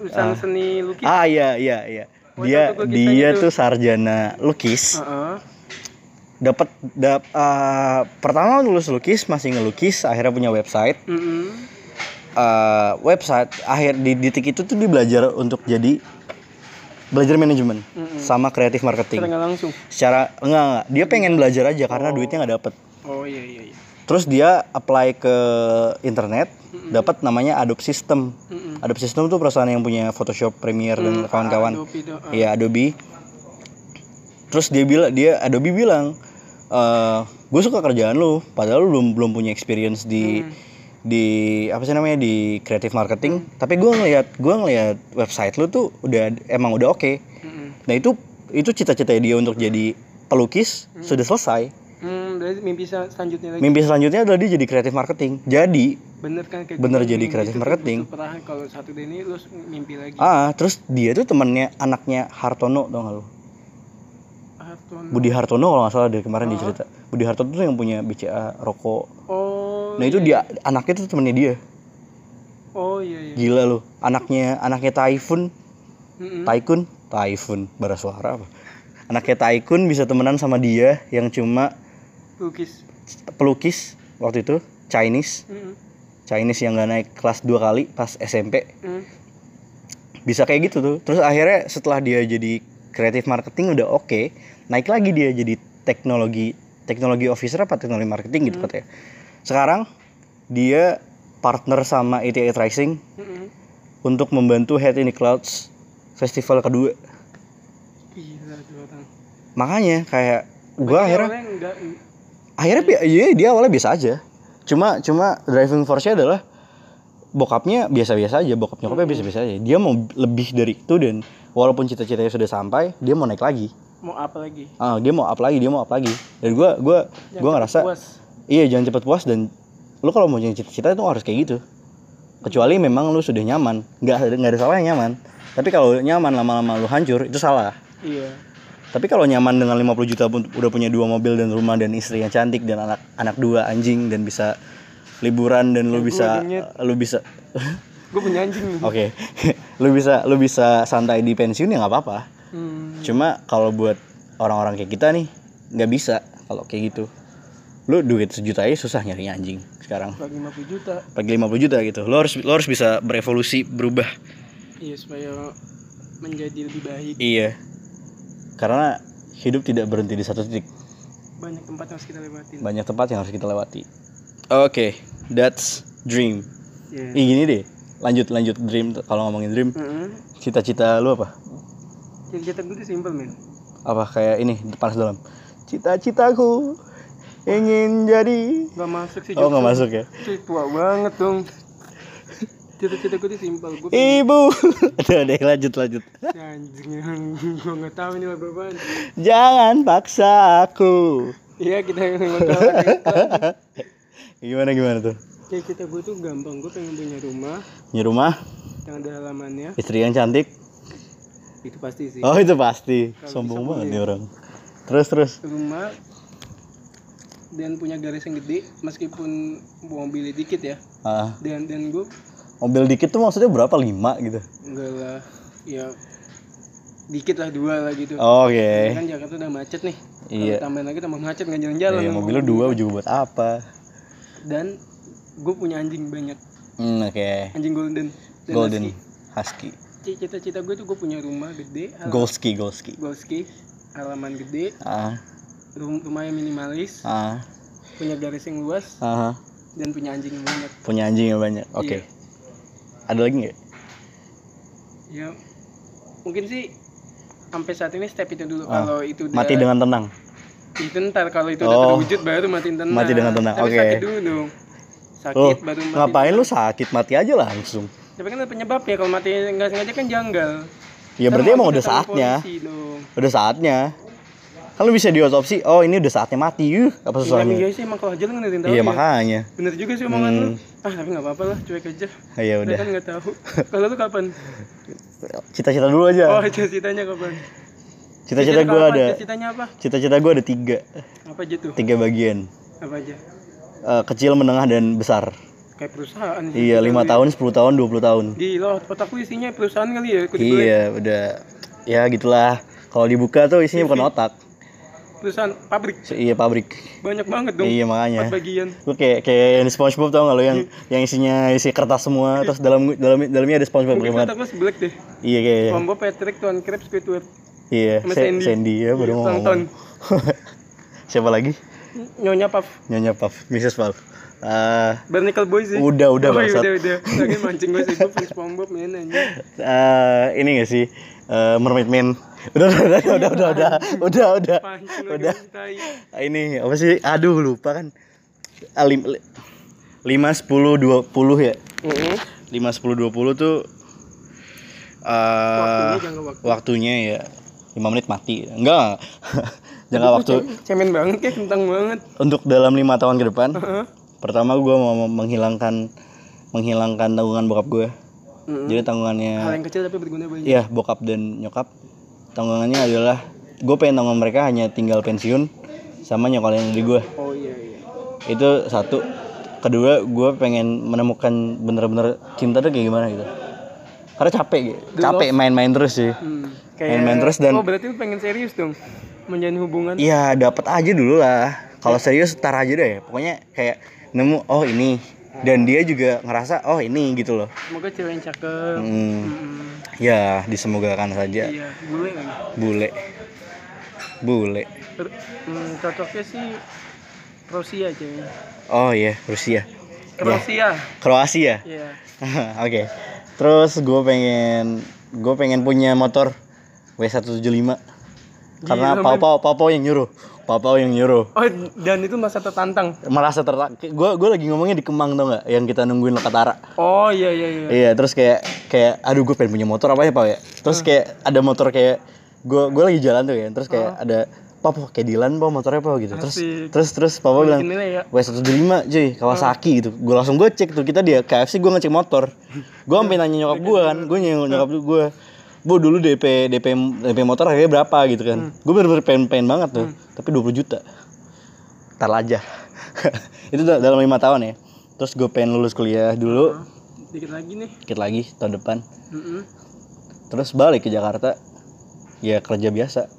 Speaker 2: urusan seni lukis
Speaker 1: Ah iya iya iya.
Speaker 2: Oh,
Speaker 1: Dia
Speaker 2: tahu tuh kisahnya
Speaker 1: dia
Speaker 2: tuh. Oh.
Speaker 1: tuh sarjana lukis.
Speaker 2: Heeh.
Speaker 1: Dapat dap, ah, pertama lulus lukis, masih ngelukis, akhirnya punya website.
Speaker 2: Mm-mm.
Speaker 1: Eh, website akhir di titik itu tuh dia belajar untuk jadi belajar manajemen sama kreatif marketing.
Speaker 2: Secara nggak langsung
Speaker 1: secara enggak, enggak. dia pengen belajar aja karena duitnya nggak dapet
Speaker 2: oh iya iya iya
Speaker 1: terus dia apply ke internet dapat namanya Adobe System Adobe System tuh perusahaan yang punya Photoshop Premiere dan kawan-kawan
Speaker 2: Hmm, Mm. Adobe itu ah.
Speaker 1: Iya Adobe. Terus dia bilang dia Adobe bilang gue suka kerjaan lu, padahal lu belum belum punya experience di di apa sih namanya di creative marketing. Tapi gue ngelihat gue ngelihat website lu tuh udah emang udah oke.
Speaker 2: Mm-mm.
Speaker 1: Nah itu itu cita-cita dia untuk jadi pelukis sudah selesai.
Speaker 2: hmm berarti mimpi sa- selanjutnya lagi
Speaker 1: Mimpi selanjutnya adalah dia jadi creative marketing. Jadi
Speaker 2: bener kan kayak
Speaker 1: Bener
Speaker 2: gitu,
Speaker 1: jadi
Speaker 2: mimpi
Speaker 1: kreatif
Speaker 2: itu tuh
Speaker 1: marketing.
Speaker 2: butuh perahan kalau satu day ini lu s- mimpi lagi
Speaker 1: ah terus dia tuh temannya anaknya Hartono tau gak lu? Ah.
Speaker 2: Hartono.
Speaker 1: Budi Hartono kalau nggak salah dari kemarin dia cerita. Budi Hartono tuh yang punya BCA rokok
Speaker 2: oh
Speaker 1: Nah itu dia anaknya tuh temennya dia.
Speaker 2: oh iya iya
Speaker 1: Gila loh. Anaknya anaknya Typhoon,
Speaker 2: Mm-mm.
Speaker 1: Tycoon, Typhoon, bara suara apa? Anaknya Tycoon bisa temenan sama dia yang cuma
Speaker 2: lukis
Speaker 1: pelukis waktu itu Chinese,
Speaker 2: Mm-mm.
Speaker 1: Chinese yang nggak naik kelas dua kali pas SMP
Speaker 2: Mm.
Speaker 1: bisa kayak gitu tuh. Terus akhirnya setelah dia jadi kreatif marketing udah oke, naik lagi dia jadi teknologi teknologi officer apa teknologi marketing gitu katanya. Sekarang dia partner sama ETA Tracing
Speaker 2: Mm-mm.
Speaker 1: untuk membantu Head in the Clouds festival kedua.
Speaker 2: gila tuh orang Oh, iya,
Speaker 1: Makanya kayak gua akhirnya
Speaker 2: enggak
Speaker 1: akhirnya pi- iya dia awalnya biasa aja cuma cuma driving force-nya adalah bokapnya biasa-biasa aja bokap nyokapnya biasa-biasa aja dia mau lebih dari itu dan walaupun cita-citanya sudah sampai dia mau naik lagi
Speaker 2: mau apa lagi
Speaker 1: ah dia mau up lagi dia mau up lagi dan gua gua
Speaker 2: Jangan
Speaker 1: gua
Speaker 2: cepet
Speaker 1: ngerasa
Speaker 2: puas.
Speaker 1: iya jangan cepat puas dan lu kalau mau jadi cita-cita itu harus kayak gitu kecuali memang lu sudah nyaman nggak ada nggak ada salahnya nyaman tapi kalau nyaman lama-lama lu hancur itu salah
Speaker 2: iya
Speaker 1: tapi kalau nyaman dengan 50 juta pun udah punya dua mobil dan rumah dan istri yang cantik dan anak anak dua anjing dan bisa liburan dan lu
Speaker 2: Yang
Speaker 1: bisa
Speaker 2: dua denyet.
Speaker 1: lu bisa
Speaker 2: gue punya anjing nih
Speaker 1: oke lu bisa lu bisa santai di pensiun ya nggak apa-apa
Speaker 2: Hmm,
Speaker 1: cuma kalau buat orang-orang kayak kita nih nggak bisa kalau kayak gitu lu duit sejuta aja susah nyari anjing sekarang
Speaker 2: bagi 50 juta
Speaker 1: pagi 50 juta gitu lo harus lo harus bisa berevolusi berubah
Speaker 2: iya supaya menjadi lebih baik
Speaker 1: iya karena hidup tidak berhenti di satu titik
Speaker 2: banyak tempat yang harus kita lewatin
Speaker 1: banyak tempat yang harus kita lewati oke that's dream
Speaker 2: Iya. Mm-hmm.
Speaker 1: Ih, gini deh lanjut lanjut dream kalau ngomongin dream
Speaker 2: Heeh.
Speaker 1: cita-cita lu apa
Speaker 2: Cita-cita gue tuh simple men
Speaker 1: apa kayak ini panas dalam cita-citaku ingin jadi
Speaker 2: Gak masuk sih
Speaker 1: oh
Speaker 2: Jokso.
Speaker 1: nggak masuk ya
Speaker 2: Cuy, tua banget dong Cita-cita gue tuh simple Gue
Speaker 1: Iya. ibu udah deh lanjut lanjut
Speaker 2: anjing yang gue gak tau ini lagu apaan
Speaker 1: jangan paksa aku
Speaker 2: Iya kita yang gak tau lagu apaan.
Speaker 1: gimana gimana tuh
Speaker 2: Cita-cita gue tuh gampang Gue pengen punya rumah
Speaker 1: di rumah
Speaker 2: Yang ada halamannya
Speaker 1: istri yang cantik
Speaker 2: Itu pasti sih
Speaker 1: Oh itu pasti,
Speaker 2: Kalau
Speaker 1: sombong
Speaker 2: bisa
Speaker 1: banget
Speaker 2: punya.
Speaker 1: nih orang. Terus terus.
Speaker 2: Rumah Dan punya garis yang gede Meskipun mobilnya dikit ya
Speaker 1: Ah,
Speaker 2: Dan dan gue
Speaker 1: mobil dikit tuh maksudnya berapa lima gitu?
Speaker 2: Enggak lah Ya Dikit lah dua lah gitu
Speaker 1: Oke.
Speaker 2: Kan Jakarta udah macet nih Kalau
Speaker 1: Iya.
Speaker 2: Tambahin lagi tambah macet nggak jalan-jalan
Speaker 1: Iya,
Speaker 2: dong.
Speaker 1: mobil lu dua juga buat apa?
Speaker 2: dan gue punya anjing banyak
Speaker 1: Hmm, oke.
Speaker 2: anjing golden dan
Speaker 1: Golden Husky.
Speaker 2: husky. C- cita-cita gue tuh gue punya rumah gede halaman
Speaker 1: Golski, Golski.
Speaker 2: halaman gede
Speaker 1: Ah,
Speaker 2: rum- rumah yang minimalis
Speaker 1: ah,
Speaker 2: punya garis yang luas
Speaker 1: ah.
Speaker 2: dan punya anjing yang banyak
Speaker 1: Punya anjing yang banyak. Oke.
Speaker 2: Iya.
Speaker 1: Ada lagi nggak?
Speaker 2: ya mungkin sih sampai saat ini step itu dulu kalau itu udah,
Speaker 1: Ah, Mati dengan tenang.
Speaker 2: itu ntar kalau itu udah
Speaker 1: Oh.
Speaker 2: terwujud baru matiin tenang
Speaker 1: Mati dengan tenang,
Speaker 2: Tapi
Speaker 1: oke.
Speaker 2: sakit dulu dong
Speaker 1: Loh,
Speaker 2: sakit baru mati
Speaker 1: Oh, ngapain lu sakit mati aja langsung?
Speaker 2: tapi kan ada penyebab ya kalau mati nggak sengaja kan janggal
Speaker 1: Ya
Speaker 2: Ntar
Speaker 1: berarti emang udah
Speaker 2: masuk ke tangan
Speaker 1: saatnya.
Speaker 2: polisi dong.
Speaker 1: Udah saatnya. Kalau bisa diotopsi, oh ini udah saatnya mati. Yuh, apa
Speaker 2: Iya,
Speaker 1: susahnya?
Speaker 2: iya sih emang kalau aja lu ngeliatin tahu
Speaker 1: Iya,
Speaker 2: ya.
Speaker 1: makanya.
Speaker 2: Bener juga sih omongan
Speaker 1: Hmm.
Speaker 2: lu. Ah, tapi enggak apa-apa lah, cuek aja.
Speaker 1: Ya
Speaker 2: Udah.
Speaker 1: udah.
Speaker 2: kan enggak tahu. kalau lu kapan?
Speaker 1: Cita-cita dulu aja.
Speaker 2: Oh, ceritanya kapan?
Speaker 1: Cita-cita
Speaker 2: Cita-cita
Speaker 1: gue
Speaker 2: kapan?
Speaker 1: ada,
Speaker 2: Ceritanya apa?
Speaker 1: cita-cita gue ada tiga,
Speaker 2: Apa aja tuh?
Speaker 1: tiga bagian,
Speaker 2: Apa aja?
Speaker 1: Eh, kecil, menengah dan besar.
Speaker 2: Kayak perusahaan. sih.
Speaker 1: Iya, lima tahun, 10 tahun, 20 tahun.
Speaker 2: Gila, otak lu isinya perusahaan kali ya? Ikut dibeli.
Speaker 1: Iya, udah, ya gitulah. Kalau dibuka tuh isinya
Speaker 2: Iya
Speaker 1: bukan otak,
Speaker 2: Perusahaan pabrik.
Speaker 1: So, iya pabrik.
Speaker 2: Banyak banget dong.
Speaker 1: Iya
Speaker 2: Empat
Speaker 1: makanya.
Speaker 2: bagian.
Speaker 1: Gue kayak kayak yang di SpongeBob tau gak lo yang
Speaker 2: Iya.
Speaker 1: yang isinya isi kertas semua, terus dalam dalam dalamnya ada SpongeBob
Speaker 2: Mungkin
Speaker 1: banget.
Speaker 2: otak lu sebelek deh.
Speaker 1: Iya kayak
Speaker 2: Combo Patrick, Tuan Krebs, Squidward.
Speaker 1: iya
Speaker 2: sama
Speaker 1: Sa-
Speaker 2: Sandy. Iya,
Speaker 1: Sandy ya baru mau ngomong.
Speaker 2: Plankton.
Speaker 1: Siapa lagi?
Speaker 2: Nyonya Puff.
Speaker 1: Nyonya Puff, Mrs. Puff. Ah,
Speaker 2: Barnacle Boys sih.
Speaker 1: udah udah
Speaker 2: Oh, iya,
Speaker 1: bangsat.
Speaker 2: udah, udah. Lagi mancing gue sih, gue fans Spongebob men anjing.
Speaker 1: eh ini gak sih Eh, Mermaid Man udah udah udah udah udah udah udah
Speaker 2: Pancing
Speaker 1: Udah.
Speaker 2: lagi tai.
Speaker 1: ini apa sih aduh lupa kan Ah, lim, li- lima sepuluh dua puluh ya
Speaker 2: Heeh.
Speaker 1: lima sepuluh dua puluh tuh eh
Speaker 2: Waktunya jangka waktu.
Speaker 1: waktunya ya lima menit mati enggak jangka waktu
Speaker 2: cemen banget kayak kentang banget
Speaker 1: untuk dalam lima tahun ke depan
Speaker 2: Heeh.
Speaker 1: pertama gue mau menghilangkan menghilangkan tanggungan bokap gue jadi tanggungannya
Speaker 2: hal yang kecil tapi berguna
Speaker 1: Nah.
Speaker 2: banyak
Speaker 1: Iya, bokap dan nyokap tanggungannya adalah gue pengen tanggungan mereka hanya tinggal pensiun sama nyokolin diri gue.
Speaker 2: oh iya iya
Speaker 1: Itu satu. Kedua, gue pengen menemukan bener-bener cinta tuh kayak gimana gitu. Karena capek, gitu. capek main-main terus sih.
Speaker 2: hmm.
Speaker 1: Main-main terus dan-
Speaker 2: oh berarti lu pengen serius dong menjalin hubungan
Speaker 1: Iya, dapat aja dulu lah. Kalau serius tar aja deh. Pokoknya kayak nemu oh ini dan dia juga ngerasa oh ini gitu loh.
Speaker 2: semoga cewek yang cakep
Speaker 1: Hmm,
Speaker 2: Hmm,
Speaker 1: ya disemogakan saja.
Speaker 2: iya boleh lagi
Speaker 1: Bule, bule.
Speaker 2: Ter- hmm, cocoknya sih Rusia cewek
Speaker 1: Oh iya, Rusia.
Speaker 2: Rusia
Speaker 1: Kroasia.
Speaker 2: ya? iya
Speaker 1: Oke. Terus gue pengen gue pengen punya motor W175. Karena
Speaker 2: Gila,
Speaker 1: Pau Pau Pau Pau yang nyuruh. Papa yang nyuruh.
Speaker 2: Oh, dan itu masa tertantang.
Speaker 1: Merasa tertak. Gue gue lagi ngomongnya di Kemang tau nggak? Yang kita nungguin Lekatara.
Speaker 2: Oh iya iya iya.
Speaker 1: Iya, terus kayak kayak aduh gue pengen punya motor apa ya, Pak ya. Terus kayak ada motor kayak gue gue lagi jalan tuh ya, terus kayak ada Papa kayak Dilan Pak motornya Pak gitu. Terus
Speaker 2: Asik.
Speaker 1: terus terus Papa bilang
Speaker 2: Gini lah ya.
Speaker 1: W175 cuy, Kawasaki gitu. Gue langsung gue cek tuh kita di KFC gue ngecek motor. Gue sampai nanya nyokap gue kan, gue nanya nyokap gue. Bu dulu DP DP DP motor harganya berapa gitu kan. Gue bener-bener pengen, pengen banget tuh, tapi 20 juta. Ntar lah aja. itu da- dalam lima tahun ya. Terus gue pengen lulus kuliah
Speaker 2: Hmm.
Speaker 1: dulu,
Speaker 2: Dikit lagi nih.
Speaker 1: dikit lagi tahun depan.
Speaker 2: Mm-mm.
Speaker 1: Terus balik ke Jakarta, ya kerja biasa.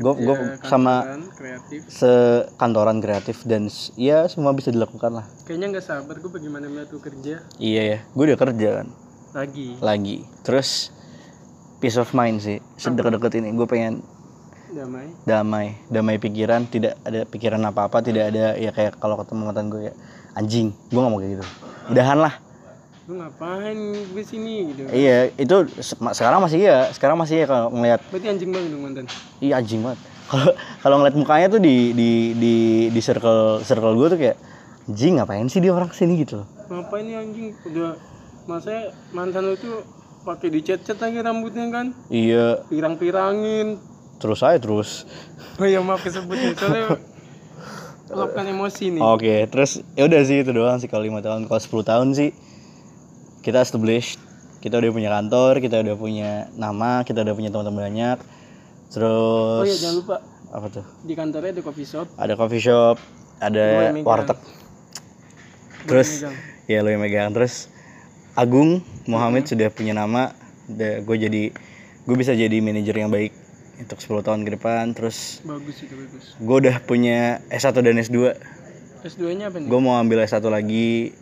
Speaker 1: Gue gue
Speaker 2: Ya,
Speaker 1: sama
Speaker 2: kantoran, kreatif.
Speaker 1: sekantoran kreatif dan s- ya semua bisa dilakukan lah.
Speaker 2: Kayaknya nggak sabar gue bagaimana melihat lu kerja
Speaker 1: Iya ya, gue udah kerja kan
Speaker 2: lagi.
Speaker 1: lagi. Terus peace of mind sih sedekat-dekat ini gue pengen
Speaker 2: Damai.
Speaker 1: damai, damai pikiran, tidak ada pikiran apa-apa, tidak ada ya kayak kalau ketemu mantan gue ya anjing, gue gak mau kayak gitu. Udahan lah.
Speaker 2: Lu ngapain gue sini gitu.
Speaker 1: Iya, itu se- ma- sekarang masih iya, sekarang masih iya kalau ngelihat
Speaker 2: Berarti anjing banget dong mantan.
Speaker 1: iya anjing banget. Kalau kalau ngeliat mukanya tuh di di di di circle circle gue tuh kayak anjing ngapain sih dia orang kesini gitu loh.
Speaker 2: Ngapain nih anjing? Udah masa mantan lu tuh pakai dicet-cet lagi rambutnya kan?
Speaker 1: Iya,
Speaker 2: Pirang-pirangin.
Speaker 1: terus saya terus.
Speaker 2: Oh iya maaf kesebut nih, soalnya luapkan emosi nih.
Speaker 1: Oke, terus ya udah sih itu doang sih kalau lima tahun, kalau 10 tahun sih kita established, kita udah punya kantor, kita udah punya nama, kita udah punya teman-teman banyak.
Speaker 2: Oh iya
Speaker 1: Terus
Speaker 2: jangan lupa
Speaker 1: apa tuh?
Speaker 2: di kantornya ada coffee shop.
Speaker 1: Ada coffee shop, ada
Speaker 2: Gua yang megang.
Speaker 1: warteg. Terus ya lu yang megang. Terus Agung Muhammad sudah punya nama, gue jadi gue bisa jadi manajer yang baik untuk 10 tahun ke depan. Terus
Speaker 2: Bagus itu bagus.
Speaker 1: gue udah punya S1 dan S2.
Speaker 2: S2-nya apa nih?
Speaker 1: Gue mau ambil S1 lagi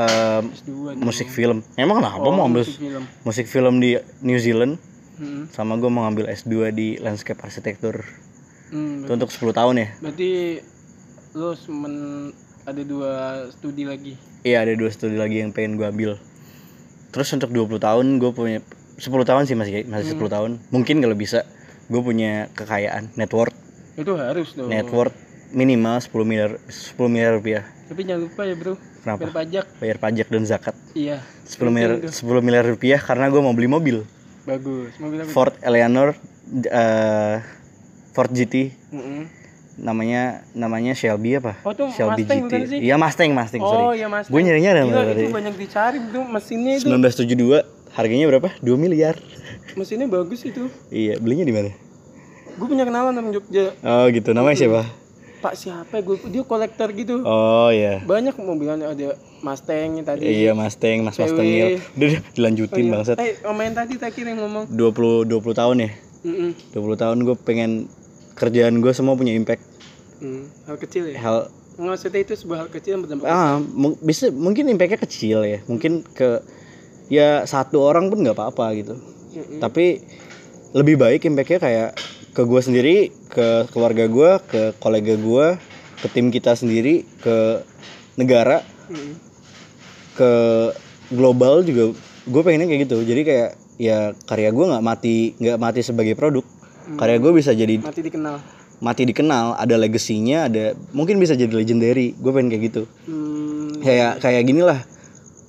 Speaker 1: em,
Speaker 2: S2 nih.
Speaker 1: musik film. Emang kenapa Oh, mau ambil
Speaker 2: musik film.
Speaker 1: musik film di New Zealand
Speaker 2: Hmm.
Speaker 1: sama gue mau ngambil S2 di landscape arsitektur.
Speaker 2: Hmm,
Speaker 1: Itu untuk 10 tahun ya.
Speaker 2: Berarti lo cuman ada dua studi lagi.
Speaker 1: Iya, ada dua studi lagi yang pengen gue ambil. Terus untuk 20 tahun gue punya 10 tahun sih masih
Speaker 2: Hmm.
Speaker 1: masih 10 tahun. Mungkin kalau bisa gue punya kekayaan net worth,
Speaker 2: Itu harus dong.
Speaker 1: net worth minimal 10 miliar 10 miliar rupiah.
Speaker 2: Tapi jangan lupa ya, Bro.
Speaker 1: Kenapa?
Speaker 2: Bayar pajak.
Speaker 1: Bayar pajak dan zakat.
Speaker 2: Iya.
Speaker 1: 10 miliar 10 miliar rupiah karena gue mau beli mobil.
Speaker 2: Bagus. Mobil apa?
Speaker 1: Ford Eleanor eh, Ford GT
Speaker 2: Mm-mm.
Speaker 1: namanya namanya Shelby apa?
Speaker 2: gitu? Hmm. Oh, itu
Speaker 1: Shelby
Speaker 2: Mustang bukan sih?
Speaker 1: GT. Iya Mustang, Mustang,
Speaker 2: Oh,
Speaker 1: sorry.
Speaker 2: iya Mas.
Speaker 1: Gue nyarinya ada
Speaker 2: Gila,
Speaker 1: tadi.
Speaker 2: itu banyak dicari, Bro. Mesinnya itu.
Speaker 1: 1972 harganya berapa? 2 miliar.
Speaker 2: Mesinnya bagus itu.
Speaker 1: Iya, belinya di mana?
Speaker 2: Gue punya kenalan orang Jogja.
Speaker 1: Oh, gitu. Namanya siapa?
Speaker 2: Pak siapa ya? Gue dia kolektor gitu.
Speaker 1: Oh, iya.
Speaker 2: Banyak mobilannya ada Mustang yang tadi.
Speaker 1: Iya, Mustang, Mas Mustang Hill. Udah, udah, dilanjutin bangsat.
Speaker 2: Eh, omain tadi terakhir yang ngomong.
Speaker 1: 20 20 tahun ya.
Speaker 2: Mm-mm.
Speaker 1: 20 tahun gue pengen kerjaan gue semua punya impact.
Speaker 2: Hmm, hal kecil ya.
Speaker 1: Hal
Speaker 2: Nggak, Maksudnya itu sebuah hal kecil yang berdampak.
Speaker 1: ah mung- bisa mungkin impactnya kecil ya mungkin ke ya satu orang pun nggak apa-apa gitu
Speaker 2: Mm-mm.
Speaker 1: tapi lebih baik impactnya kayak ke gue sendiri ke keluarga gue ke kolega gue ke tim kita sendiri ke negara
Speaker 2: Mm-mm.
Speaker 1: ke global juga gue pengennya kayak gitu jadi kayak ya karya gue nggak mati nggak mati sebagai produk karya gue bisa jadi
Speaker 2: Mati dikenal.
Speaker 1: mati dikenal ada legasinya ada mungkin bisa jadi legendary gue pengen kayak gitu
Speaker 2: Hmm.
Speaker 1: kayak kayak gini lah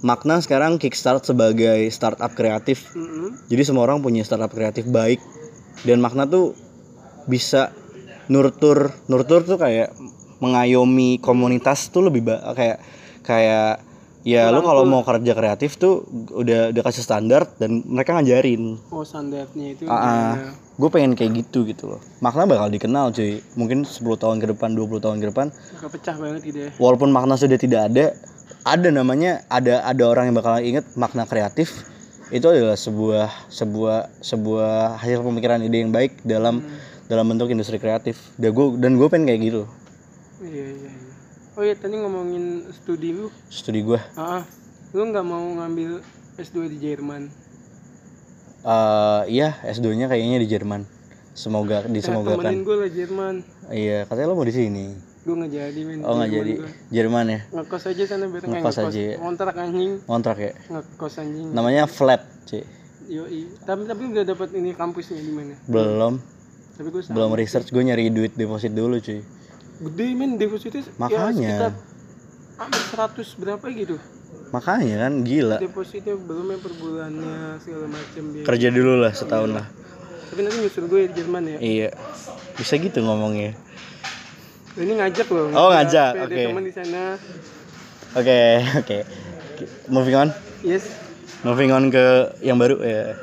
Speaker 1: makna sekarang kickstart sebagai startup kreatif
Speaker 2: mm-mm.
Speaker 1: jadi semua orang punya startup kreatif baik dan makna tuh bisa nurtur nurtur tuh kayak mengayomi komunitas tuh lebih ba- kayak kayak ya lu kalau mau kerja kreatif tuh udah udah kasih standar dan mereka ngajarin
Speaker 2: Oh standarnya itu.
Speaker 1: Ah,
Speaker 2: gimana?
Speaker 1: gue pengen kayak gitu gitu loh makna bakal dikenal cuy mungkin 10 tahun ke depan 20 tahun ke depan
Speaker 2: Nggak pecah banget gitu ya.
Speaker 1: walaupun makna sudah tidak ada ada namanya ada ada orang yang bakal inget makna kreatif itu adalah sebuah sebuah sebuah hasil pemikiran ide yang baik dalam
Speaker 2: Hmm.
Speaker 1: dalam bentuk industri kreatif dan gue dan gue pengen kayak gitu
Speaker 2: Iya iya. iya. Oh iya tadi ngomongin studi lu.
Speaker 1: studi gue
Speaker 2: Ah, lu nggak mau ngambil S2 di Jerman.
Speaker 1: Eh iya S2 nya kayaknya di Jerman semoga
Speaker 2: Semoga
Speaker 1: disemogakan
Speaker 2: Eh, temenin gue lah Jerman.
Speaker 1: iya katanya lo mau di sini
Speaker 2: Gue nggak jadi men.
Speaker 1: oh nggak
Speaker 2: Jerman
Speaker 1: jadi
Speaker 2: gua.
Speaker 1: Jerman ya
Speaker 2: Ngekos aja sana bareng. Eh,
Speaker 1: Ngekos aja ya.
Speaker 2: Kontrak anjing.
Speaker 1: kontrak ya
Speaker 2: Hmm. Ngekos anjing.
Speaker 1: namanya flat cuy
Speaker 2: Yoi. Tapi tapi udah dapat ini kampusnya di mana?
Speaker 1: belum
Speaker 2: tapi gue
Speaker 1: belum research gue nyari duit deposit dulu cuy
Speaker 2: gede men depositnya
Speaker 1: Makanya.
Speaker 2: ya, sekitar hampir 100 berapa gitu
Speaker 1: makanya kan gila
Speaker 2: depositnya belum yang per bulannya segala macam biaya
Speaker 1: kerja dulu lah setahun lah
Speaker 2: tapi nanti nyusul gue di Jerman ya
Speaker 1: iya bisa gitu ngomongnya
Speaker 2: ini ngajak loh
Speaker 1: Oh, ngajak,
Speaker 2: Ada
Speaker 1: oke.
Speaker 2: teman di sana
Speaker 1: oke oke moving on
Speaker 2: yes
Speaker 1: moving on ke yang baru ya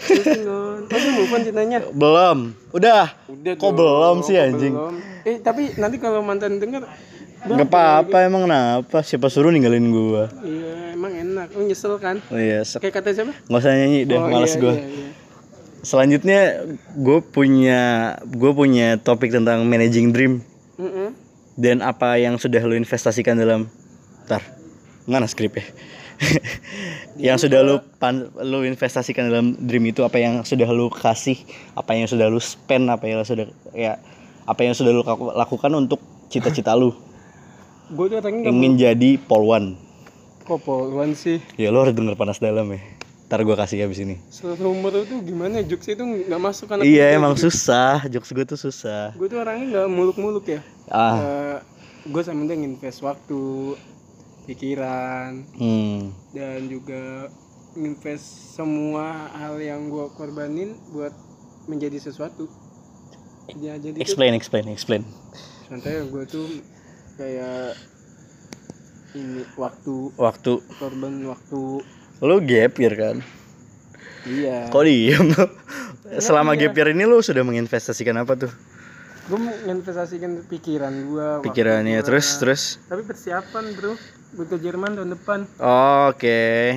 Speaker 2: moving on oh udah move on ceritanya
Speaker 1: belum udah
Speaker 2: udah
Speaker 1: Kok belum sih,
Speaker 2: kok
Speaker 1: anjing?
Speaker 2: belum. eh tapi nanti kalau mantan denger bang,
Speaker 1: nggak apa-apa emang kenapa siapa suruh ninggalin gua
Speaker 2: iya emang enak lu nyesel kan
Speaker 1: oh, iya sek-
Speaker 2: kayak kata siapa
Speaker 1: nggak usah nyanyi deh
Speaker 2: Oh,
Speaker 1: males
Speaker 2: iya,
Speaker 1: gua
Speaker 2: iya, iya.
Speaker 1: selanjutnya gue punya gue punya topik tentang managing dream
Speaker 2: Mm-mm.
Speaker 1: dan apa yang sudah lo investasikan dalam ntar mana skrip ya yang sudah lo pan, lo investasikan dalam dream itu apa yang sudah lo kasih apa yang sudah lo spend apa yang sudah ya apa yang sudah lo kaku- lakukan untuk cita-cita lo
Speaker 2: gue tuh orangnya nggak
Speaker 1: ingin jadi polwan
Speaker 2: kok poluan sih
Speaker 1: ya lo harus denger panas dalam ya ntar gue kasih abis ini
Speaker 2: seumur itu gimana jokes itu nggak masuk anak
Speaker 1: iya emang susah jokes gue tuh susah
Speaker 2: gue tuh orangnya nggak muluk-muluk ya
Speaker 1: ah
Speaker 2: gue sama dia nginvest waktu pikiran
Speaker 1: hmm.
Speaker 2: dan juga nginvest semua hal yang gue korbanin buat menjadi sesuatu ya, jadi tuh,
Speaker 1: explain explain explain
Speaker 2: contohnya gue tuh kayak ini waktu
Speaker 1: waktu
Speaker 2: korban waktu
Speaker 1: lo gap year kan
Speaker 2: iya
Speaker 1: Kok diem lu? Selama gap year ini lu sudah menginvestasikan apa tuh?
Speaker 2: gue menginvestasikan pikiran gue
Speaker 1: Pikirannya terus terus.
Speaker 2: tapi persiapan bro gue ke Jerman tahun depan
Speaker 1: Oh, Oke.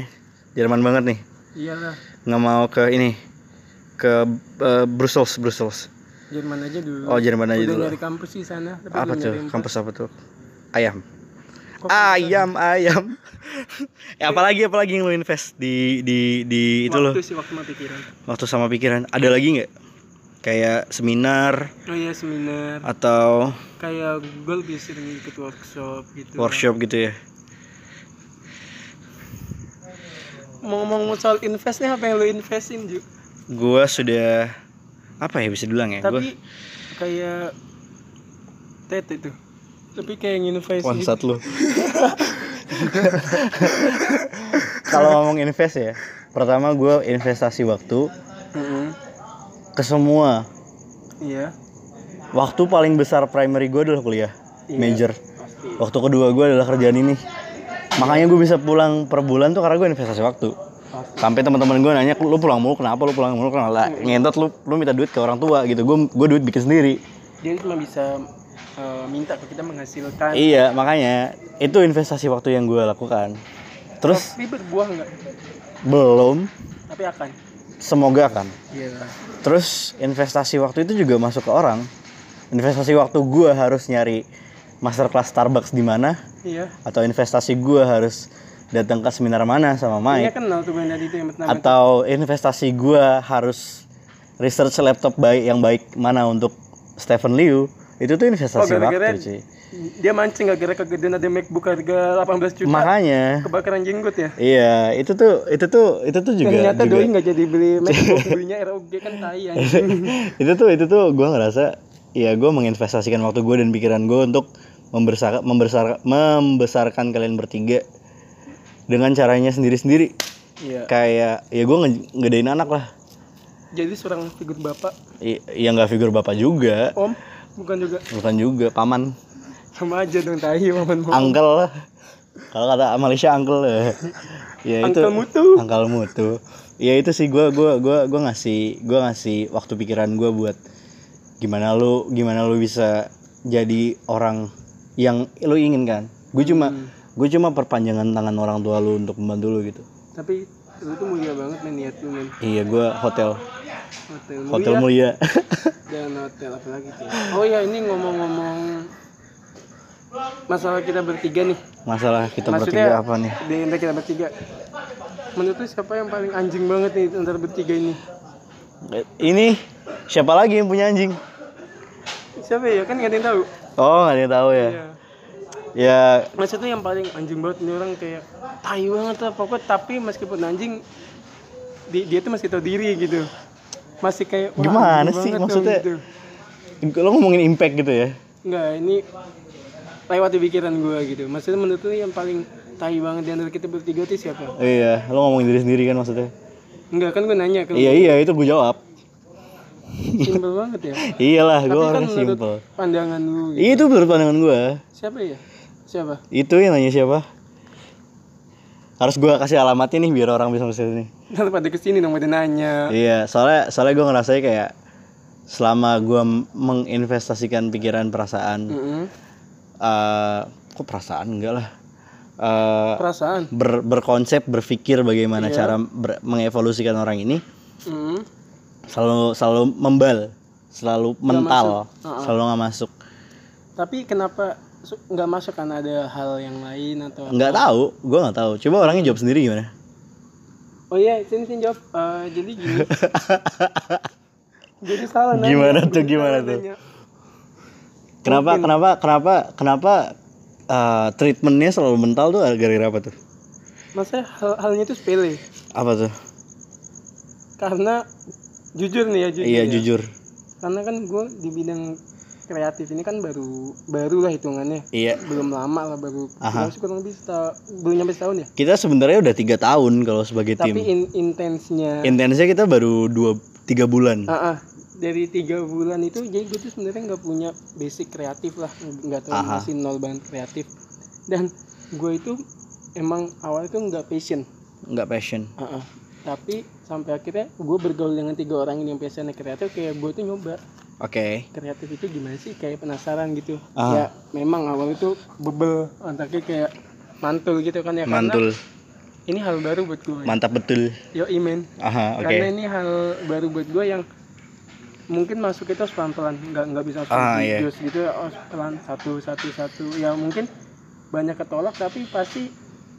Speaker 1: Jerman banget nih.
Speaker 2: iyalah
Speaker 1: Nggak mau ke ini ke eh, Brussels, Brussels.
Speaker 2: Jerman aja dulu
Speaker 1: Oh, Jerman aja
Speaker 2: udah
Speaker 1: dulu.
Speaker 2: nyari kampus di sana tapi
Speaker 1: Apa
Speaker 2: belum
Speaker 1: tuh?
Speaker 2: nyari yang
Speaker 1: Kampus Ah, apa tuh? Ayam.
Speaker 2: Kok
Speaker 1: Ayam, ayam. ya, apalagi apalagi yang lu invest di di di itu
Speaker 2: waktu
Speaker 1: gitu loh.
Speaker 2: sih waktu mah pikiran
Speaker 1: Waktu sama pikiran. Ada lagi nggak? Kayak seminar
Speaker 2: oh iya seminar
Speaker 1: atau
Speaker 2: kayak gue lebih sering ikut workshop gitu
Speaker 1: workshop gitu ya.
Speaker 2: mau ngomong soal invest nih apa yang lo investin Ju
Speaker 1: Gua sudah apa ya bisa dibilang ya? Gua-
Speaker 2: tapi kayak tet itu tapi kayak nginvest
Speaker 1: Bangsat lu. Kalau ngomong invest ya, pertama gue investasi waktu
Speaker 2: Heeh.
Speaker 1: ke semua.
Speaker 2: iya
Speaker 1: Waktu paling besar primary gue adalah kuliah,
Speaker 2: Iya.
Speaker 1: major.
Speaker 2: pasti
Speaker 1: Waktu kedua gue adalah kerjaan ini. Makanya gue bisa pulang per bulan tuh karena gue investasi waktu.
Speaker 2: pasti
Speaker 1: Sampai teman-teman gue nanya, lu pulang mulu kenapa? Lu pulang mulu kenapa? Lah, ngentot lu, lu minta duit ke orang tua gitu. Gue gue duit bikin sendiri.
Speaker 2: dia cuma bisa eh, minta ke kita menghasilkan
Speaker 1: Iya, makanya itu investasi waktu yang gue lakukan. Terus
Speaker 2: tapi berbuah nggak
Speaker 1: belum,
Speaker 2: tapi akan
Speaker 1: semoga kan.
Speaker 2: iya
Speaker 1: Terus investasi waktu itu juga masuk ke orang. Investasi waktu gua harus nyari masterclass Starbucks di mana
Speaker 2: iya
Speaker 1: atau investasi gua harus datang ke seminar mana sama
Speaker 2: Ini
Speaker 1: Mike
Speaker 2: kenal tuh yang tadi itu yang pertama
Speaker 1: atau investasi gua harus research laptop baik yang baik mana untuk Stephen Liu. Itu tuh investasi
Speaker 2: Oh, gara-gara-
Speaker 1: waktu, cuy.
Speaker 2: Dia mancing gak gara kegedean ada MacBook harga 18 juta
Speaker 1: Makanya
Speaker 2: kebakaran jenggot ya.
Speaker 1: Iya, itu tuh, itu tuh, itu tuh juga,
Speaker 2: Ternyata
Speaker 1: juga
Speaker 2: doi nggak jadi beli MacBook belinya ROG kan tai anjing.
Speaker 1: itu tuh itu tuh gue ngerasa ya gue menginvestasikan waktu gue dan pikiran gue untuk membesar, membesar, membesarkan kalian bertiga dengan caranya sendiri-sendiri
Speaker 2: Iya.
Speaker 1: kayak ya gue ngedein anak lah
Speaker 2: Jadi seorang figur bapak,
Speaker 1: I- ya nggak figur bapak juga
Speaker 2: om bukan juga
Speaker 1: bukan juga paman
Speaker 2: sama aja dong tai paman mau.
Speaker 1: uncle lah kalau kata Malaysia uncle ya, ya itu
Speaker 2: Uncle Mutu.
Speaker 1: uncle Mutu. ya itu sih gue gua gua gua ngasih gua ngasih waktu pikiran gue buat gimana lu gimana lu bisa jadi orang yang lu inginkan gue
Speaker 2: Hmm.
Speaker 1: cuma gue cuma perpanjangan tangan orang tua lu untuk membantu lu gitu
Speaker 2: Tapi lu tuh mulia banget men niat lu men.
Speaker 1: iya gue hotel
Speaker 2: Hotel mulia
Speaker 1: hotel mulia
Speaker 2: dan hotel apa lagi tuh. Oh iya ini ngomong-ngomong masalah kita bertiga nih.
Speaker 1: masalah kita
Speaker 2: Maksudnya-
Speaker 1: bertiga apa nih
Speaker 2: Di antara kita bertiga. Menurut lu siapa yang paling anjing banget nih antara bertiga ini?
Speaker 1: ini siapa lagi yang punya anjing
Speaker 2: Siapa ya? Kan gak ada yang tahu.
Speaker 1: oh nggak ada yang tahu ya
Speaker 2: Iya.
Speaker 1: ya
Speaker 2: Maksudnya yang paling anjing banget nih orang kayak tai banget lah pokoknya tapi meskipun anjing di- dia tuh masih tahu diri gitu. masih kayak wah,
Speaker 1: Gimana
Speaker 2: anjing
Speaker 1: sih?
Speaker 2: banget tuh
Speaker 1: Maksudnya-
Speaker 2: gitu.
Speaker 1: Lo Ya, ngomongin impact gitu ya?
Speaker 2: Enggak, ini lewat di pikiran gue gitu. Maksudnya menurut lu yang paling tai banget di antara kita bertiga tuh siapa?
Speaker 1: Iya, lo ngomongin diri sendiri kan maksudnya?
Speaker 2: Enggak kan gue nanya kalau
Speaker 1: Iya iya itu gue jawab.
Speaker 2: simpel banget ya.
Speaker 1: Iyalah, gue
Speaker 2: Tapi kan
Speaker 1: orang
Speaker 2: menurut
Speaker 1: simple.
Speaker 2: pandangan lu gitu.
Speaker 1: Itu menurut pandangan gue.
Speaker 2: Siapa ya? Siapa?
Speaker 1: Itu yang nanya siapa? Harus gue kasih alamatnya nih biar orang bisa masuk sini.
Speaker 2: Ntar pada kesini dong pada nanya.
Speaker 1: Iya, soalnya soalnya gue ngerasanya kayak selama gue menginvestasikan pikiran perasaan,
Speaker 2: Mm-mm.
Speaker 1: eh kok perasaan enggak lah. Eh,
Speaker 2: Perasaan.
Speaker 1: ber- berkonsep berpikir
Speaker 2: Iya.
Speaker 1: bagaimana cara ber- mengevolusikan orang ini
Speaker 2: Mm-mm.
Speaker 1: selalu selalu membal selalu mental
Speaker 2: masuk. Uh-uh.
Speaker 1: selalu nggak masuk
Speaker 2: Tapi kenapa su- nggak masuk kan ada hal yang lain atau
Speaker 1: nggak tahu gue nggak tahu coba orangnya jawab sendiri gimana
Speaker 2: Oh iya, sini sini jawab. Eh, jadi gini. jadi salah nanya.
Speaker 1: Gimana tuh,
Speaker 2: Jadi
Speaker 1: gimana
Speaker 2: salah
Speaker 1: tuh?
Speaker 2: nanya.
Speaker 1: kenapa kenapa kenapa kenapa eh, treatmentnya selalu mental tuh gara-gara apa tuh
Speaker 2: Maksudnya hal halnya itu sepele.
Speaker 1: apa tuh
Speaker 2: Karena jujur nih ya jujur.
Speaker 1: iya
Speaker 2: ya.
Speaker 1: jujur
Speaker 2: Karena kan gue di bidang kreatif ini kan baru baru lah hitungannya.
Speaker 1: iya
Speaker 2: Belum lama lah baru.
Speaker 1: Aha.
Speaker 2: Kurang sih kurang lebih seta- belum nyampe setahun ya.
Speaker 1: kita sebenarnya udah tiga tahun kalau sebagai
Speaker 2: Tapi
Speaker 1: tim
Speaker 2: in- intensnya.
Speaker 1: intensnya kita baru dua tiga bulan
Speaker 2: Ah, ah. dari tiga bulan itu jadi gue tuh sebenarnya nggak punya basic kreatif lah nggak tahu
Speaker 1: Aha.
Speaker 2: masih nol banget kreatif dan gue itu emang awalnya tuh nggak passion
Speaker 1: nggak passion
Speaker 2: Ah, ah. tapi sampai akhirnya gue bergaul dengan tiga orang ini yang passionnya kreatif kayak gue tuh nyoba
Speaker 1: oke
Speaker 2: kreatif itu gimana sih kayak penasaran gitu
Speaker 1: Ah.
Speaker 2: ya memang awal itu bebel antaknya kayak mantul gitu kan ya karena
Speaker 1: mantul
Speaker 2: ini hal baru buat gue
Speaker 1: mantap betul
Speaker 2: yo imen
Speaker 1: aha oke
Speaker 2: karena ini hal baru buat gue yang mungkin masuk itu harus pelan-pelan nggak nggak bisa langsung
Speaker 1: Ah, iya.
Speaker 2: dijus gitu harus pelan satu satu satu ya mungkin banyak ketolak tapi pasti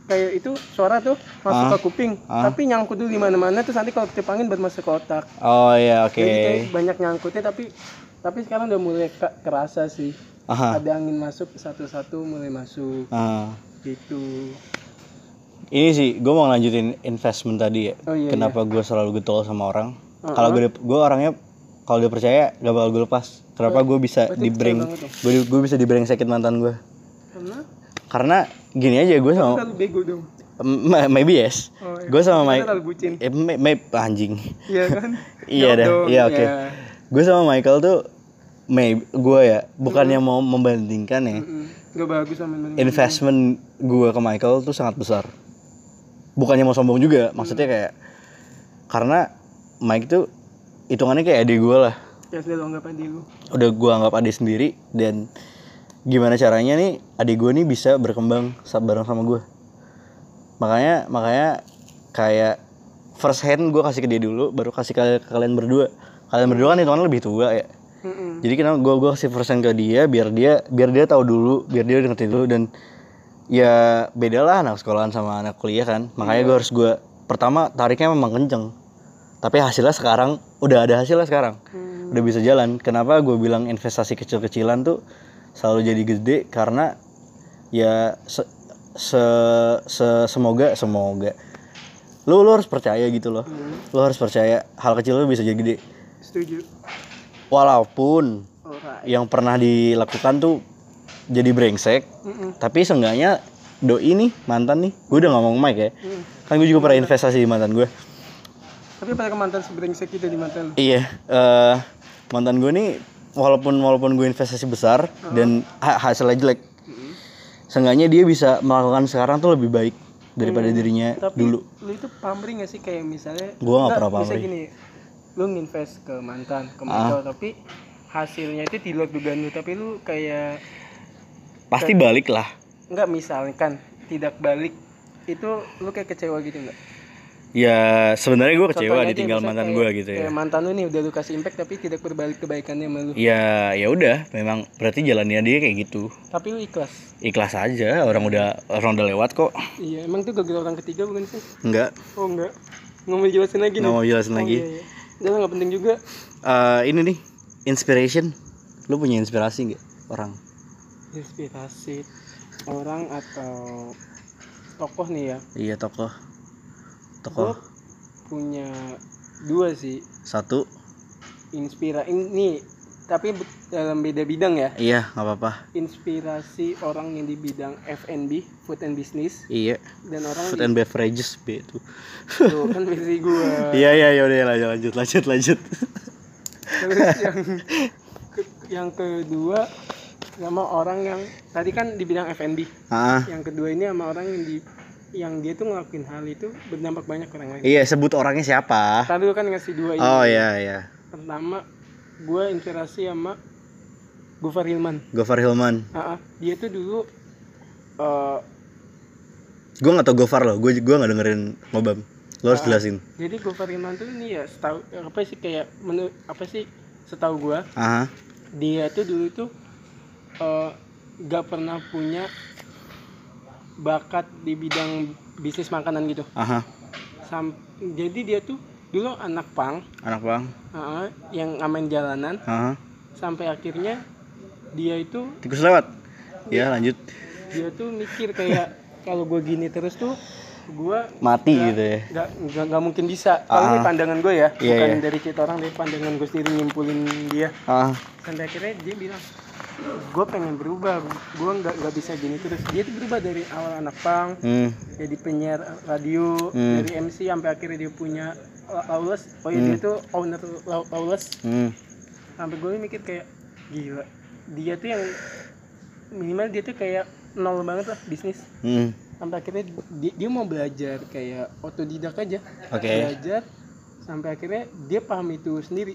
Speaker 2: kayak itu suara tuh masuk
Speaker 1: Ah.
Speaker 2: ke kuping
Speaker 1: Ah.
Speaker 2: tapi nyangkut dulu di mana-mana terus nanti kalau ketiup angin baru masuk ke otak
Speaker 1: oh iya oke
Speaker 2: jadi kayak banyak nyangkutnya tapi tapi sekarang udah mulai ke- kerasa sih
Speaker 1: aha
Speaker 2: ada angin masuk satu-satu mulai masuk
Speaker 1: Ah.
Speaker 2: gitu
Speaker 1: ini sih gue mau lanjutin investment tadi ya
Speaker 2: Oh, iya,
Speaker 1: kenapa gue selalu getol sama orang
Speaker 2: Uh-uh.
Speaker 1: kalau gue gue orangnya kalau dia percaya gak bakal gue lepas kenapa gue bisa
Speaker 2: Iya. berarti
Speaker 1: di
Speaker 2: percaya banget dong.
Speaker 1: gue gue bisa di sakit mantan gue
Speaker 2: karena
Speaker 1: karena gini aja gue sama
Speaker 2: terlalu bego dong
Speaker 1: M- maybe yes
Speaker 2: Oh, iya.
Speaker 1: gue sama
Speaker 2: Kita
Speaker 1: Mike
Speaker 2: terlalu bucin
Speaker 1: eh, may- may- anjing
Speaker 2: iya kan ya.
Speaker 1: Iya
Speaker 2: Jawab
Speaker 1: dah,
Speaker 2: dong,
Speaker 1: iya, oke. gue sama Michael tuh may gue ya bukannya mau membandingkan ya
Speaker 2: Mm-mm. nggak bagus sama temen-temen.
Speaker 1: investment gue ke Michael tuh sangat besar. Bukannya mau sombong juga, maksudnya kayak karena Mike tuh hitungannya kayak adik gue lah.
Speaker 2: ya sudah lo anggap aja lu
Speaker 1: Udah gue anggap adik sendiri dan gimana caranya nih adik gue nih bisa berkembang sa- bareng sama gue. Makanya makanya kayak first hand gue kasih ke dia dulu, baru kasih ke, ke kalian berdua. Kalian berdua kan hitungannya lebih tua ya.
Speaker 2: Mm-mm.
Speaker 1: Jadi kenapa gue gue kasih persen ke dia biar dia biar dia tahu dulu, biar dia ngerti dulu dan ya beda lah anak sekolahan sama anak kuliah kan. Makanya gue harus gue pertama tariknya memang kenceng. Tapi hasilnya sekarang udah ada hasilnya sekarang. Udah bisa jalan. Kenapa gue bilang investasi kecil-kecilan tuh selalu jadi gede karena ya se, se- se- semoga semoga lu lu harus percaya gitu loh. Lu harus percaya hal kecil lu bisa jadi gede.
Speaker 2: setuju
Speaker 1: Walaupun
Speaker 2: alright
Speaker 1: yang pernah dilakukan tuh jadi brengsek
Speaker 2: Mm-mm.
Speaker 1: tapi seenggaknya doi nih mantan nih gue udah ngomong Mike ya
Speaker 2: Hmm.
Speaker 1: kan gue juga pernah investasi di mantan gue
Speaker 2: tapi pada ke mantan sebrengsek itu di mantan lu
Speaker 1: iya eh, mantan gue nih walaupun walaupun gue investasi besar
Speaker 2: Hmm.
Speaker 1: dan ha- hasilnya jelek seenggaknya dia bisa melakukan sekarang tuh lebih baik daripada dirinya
Speaker 2: Hmm. tapi
Speaker 1: dulu
Speaker 2: lu itu pamri nggak sih kayak misalnya
Speaker 1: Gua nggak pernah
Speaker 2: bisa
Speaker 1: pamrih. Ah.
Speaker 2: gini lu nginvest ke mantan ke mantan tapi hasilnya itu di luar dugaan lu tapi lu kayak
Speaker 1: pasti balik lah
Speaker 2: nggak misalkan tidak balik itu lu kayak kecewa gitu nggak
Speaker 1: ya sebenarnya gue kecewa
Speaker 2: Contohnya aja,
Speaker 1: ditinggal
Speaker 2: misalnya
Speaker 1: mantan
Speaker 2: kayak-
Speaker 1: gue gitu ya
Speaker 2: kayak mantan lu nih udah lu kasih impact tapi tidak berbalik kebaikannya sama lu
Speaker 1: ya ya udah memang berarti jalannya dia kayak gitu
Speaker 2: tapi lu ikhlas
Speaker 1: ikhlas aja orang udah orang udah lewat kok
Speaker 2: iya emang tuh gagal orang ketiga bukan sih
Speaker 1: enggak
Speaker 2: Oh enggak. Nggak mau jelasin lagi
Speaker 1: nggak
Speaker 2: nih.
Speaker 1: mau jelasin
Speaker 2: Oh,
Speaker 1: lagi
Speaker 2: Iya, iya. Jangan nggak penting juga.
Speaker 1: Eh, ini nih inspiration lu punya inspirasi nggak orang
Speaker 2: Inspirasi orang atau tokoh nih ya.
Speaker 1: iya
Speaker 2: Oh.
Speaker 1: tokoh tokoh
Speaker 2: Gue punya dua sih.
Speaker 1: satu
Speaker 2: inspira ini tapi be- dalam beda bidang ya
Speaker 1: Iya, nggak apa-apa.
Speaker 2: inspirasi orang yang di bidang F&B food and business
Speaker 1: Iya.
Speaker 2: dan orang
Speaker 1: Food
Speaker 2: di
Speaker 1: and beverages B itu.
Speaker 2: Tuh, kan versi gua
Speaker 1: Iya, iya, ya udah ya, lanjut, lanjut, lanjut.
Speaker 2: terus yang ke- yang kedua sama orang yang tadi kan di bidang F&B
Speaker 1: Ah,
Speaker 2: yang kedua ini sama orang yang di yang dia tuh ngelakuin hal itu berdampak banyak orang lain
Speaker 1: iya sebut orangnya siapa?
Speaker 2: tadi lu kan ngasih dua ini
Speaker 1: Oh iya, iya.
Speaker 2: pertama gue inspirasi sama Gufar Hilman
Speaker 1: iya. Gofar Hilman.
Speaker 2: Ah, ah. dia tuh dulu eh,
Speaker 1: Gue nggak tau Gofar loh. Gue gue nggak dengerin ngobam. Lo harus jelasin.
Speaker 2: jadi Gufar Hilman tuh ini ya setahu apa sih kayak menu apa sih setahu gue
Speaker 1: Aha.
Speaker 2: dia tuh dulu tuh eh, gak pernah punya bakat di bidang bisnis makanan gitu
Speaker 1: Aha.
Speaker 2: Sam- jadi dia tuh dulu anak pang
Speaker 1: Anak bang.
Speaker 2: ah, ah, yang ngamen jalanan
Speaker 1: Aha.
Speaker 2: sampai akhirnya dia itu
Speaker 1: Tikus lewat. Ya lanjut.
Speaker 2: dia tuh mikir kayak kalau gue gini terus tuh gue
Speaker 1: Mati gitu ya.
Speaker 2: nggak nggak nggak mungkin bisa kalau ini pandangan gue ya
Speaker 1: Iya,
Speaker 2: bukan
Speaker 1: iya.
Speaker 2: dari cerita orang dari pandangan gue sendiri nyimpulin dia
Speaker 1: Ah.
Speaker 2: sampai akhirnya dia bilang gue pengen berubah gue nggak nggak bisa gini terus dia tuh berubah dari awal anak pang
Speaker 1: Hmm.
Speaker 2: jadi penyiar radio
Speaker 1: Hmm.
Speaker 2: dari MC sampai akhirnya dia punya La- Lawless oh iya dia tuh owner La- Lawless
Speaker 1: Hmm.
Speaker 2: sampai gue mikir kayak gila dia tuh yang minimal dia tuh kayak nol banget lah bisnis
Speaker 1: Hmm.
Speaker 2: sampai akhirnya dia, dia mau belajar kayak otodidak aja
Speaker 1: Oke.
Speaker 2: belajar sampai akhirnya dia paham itu sendiri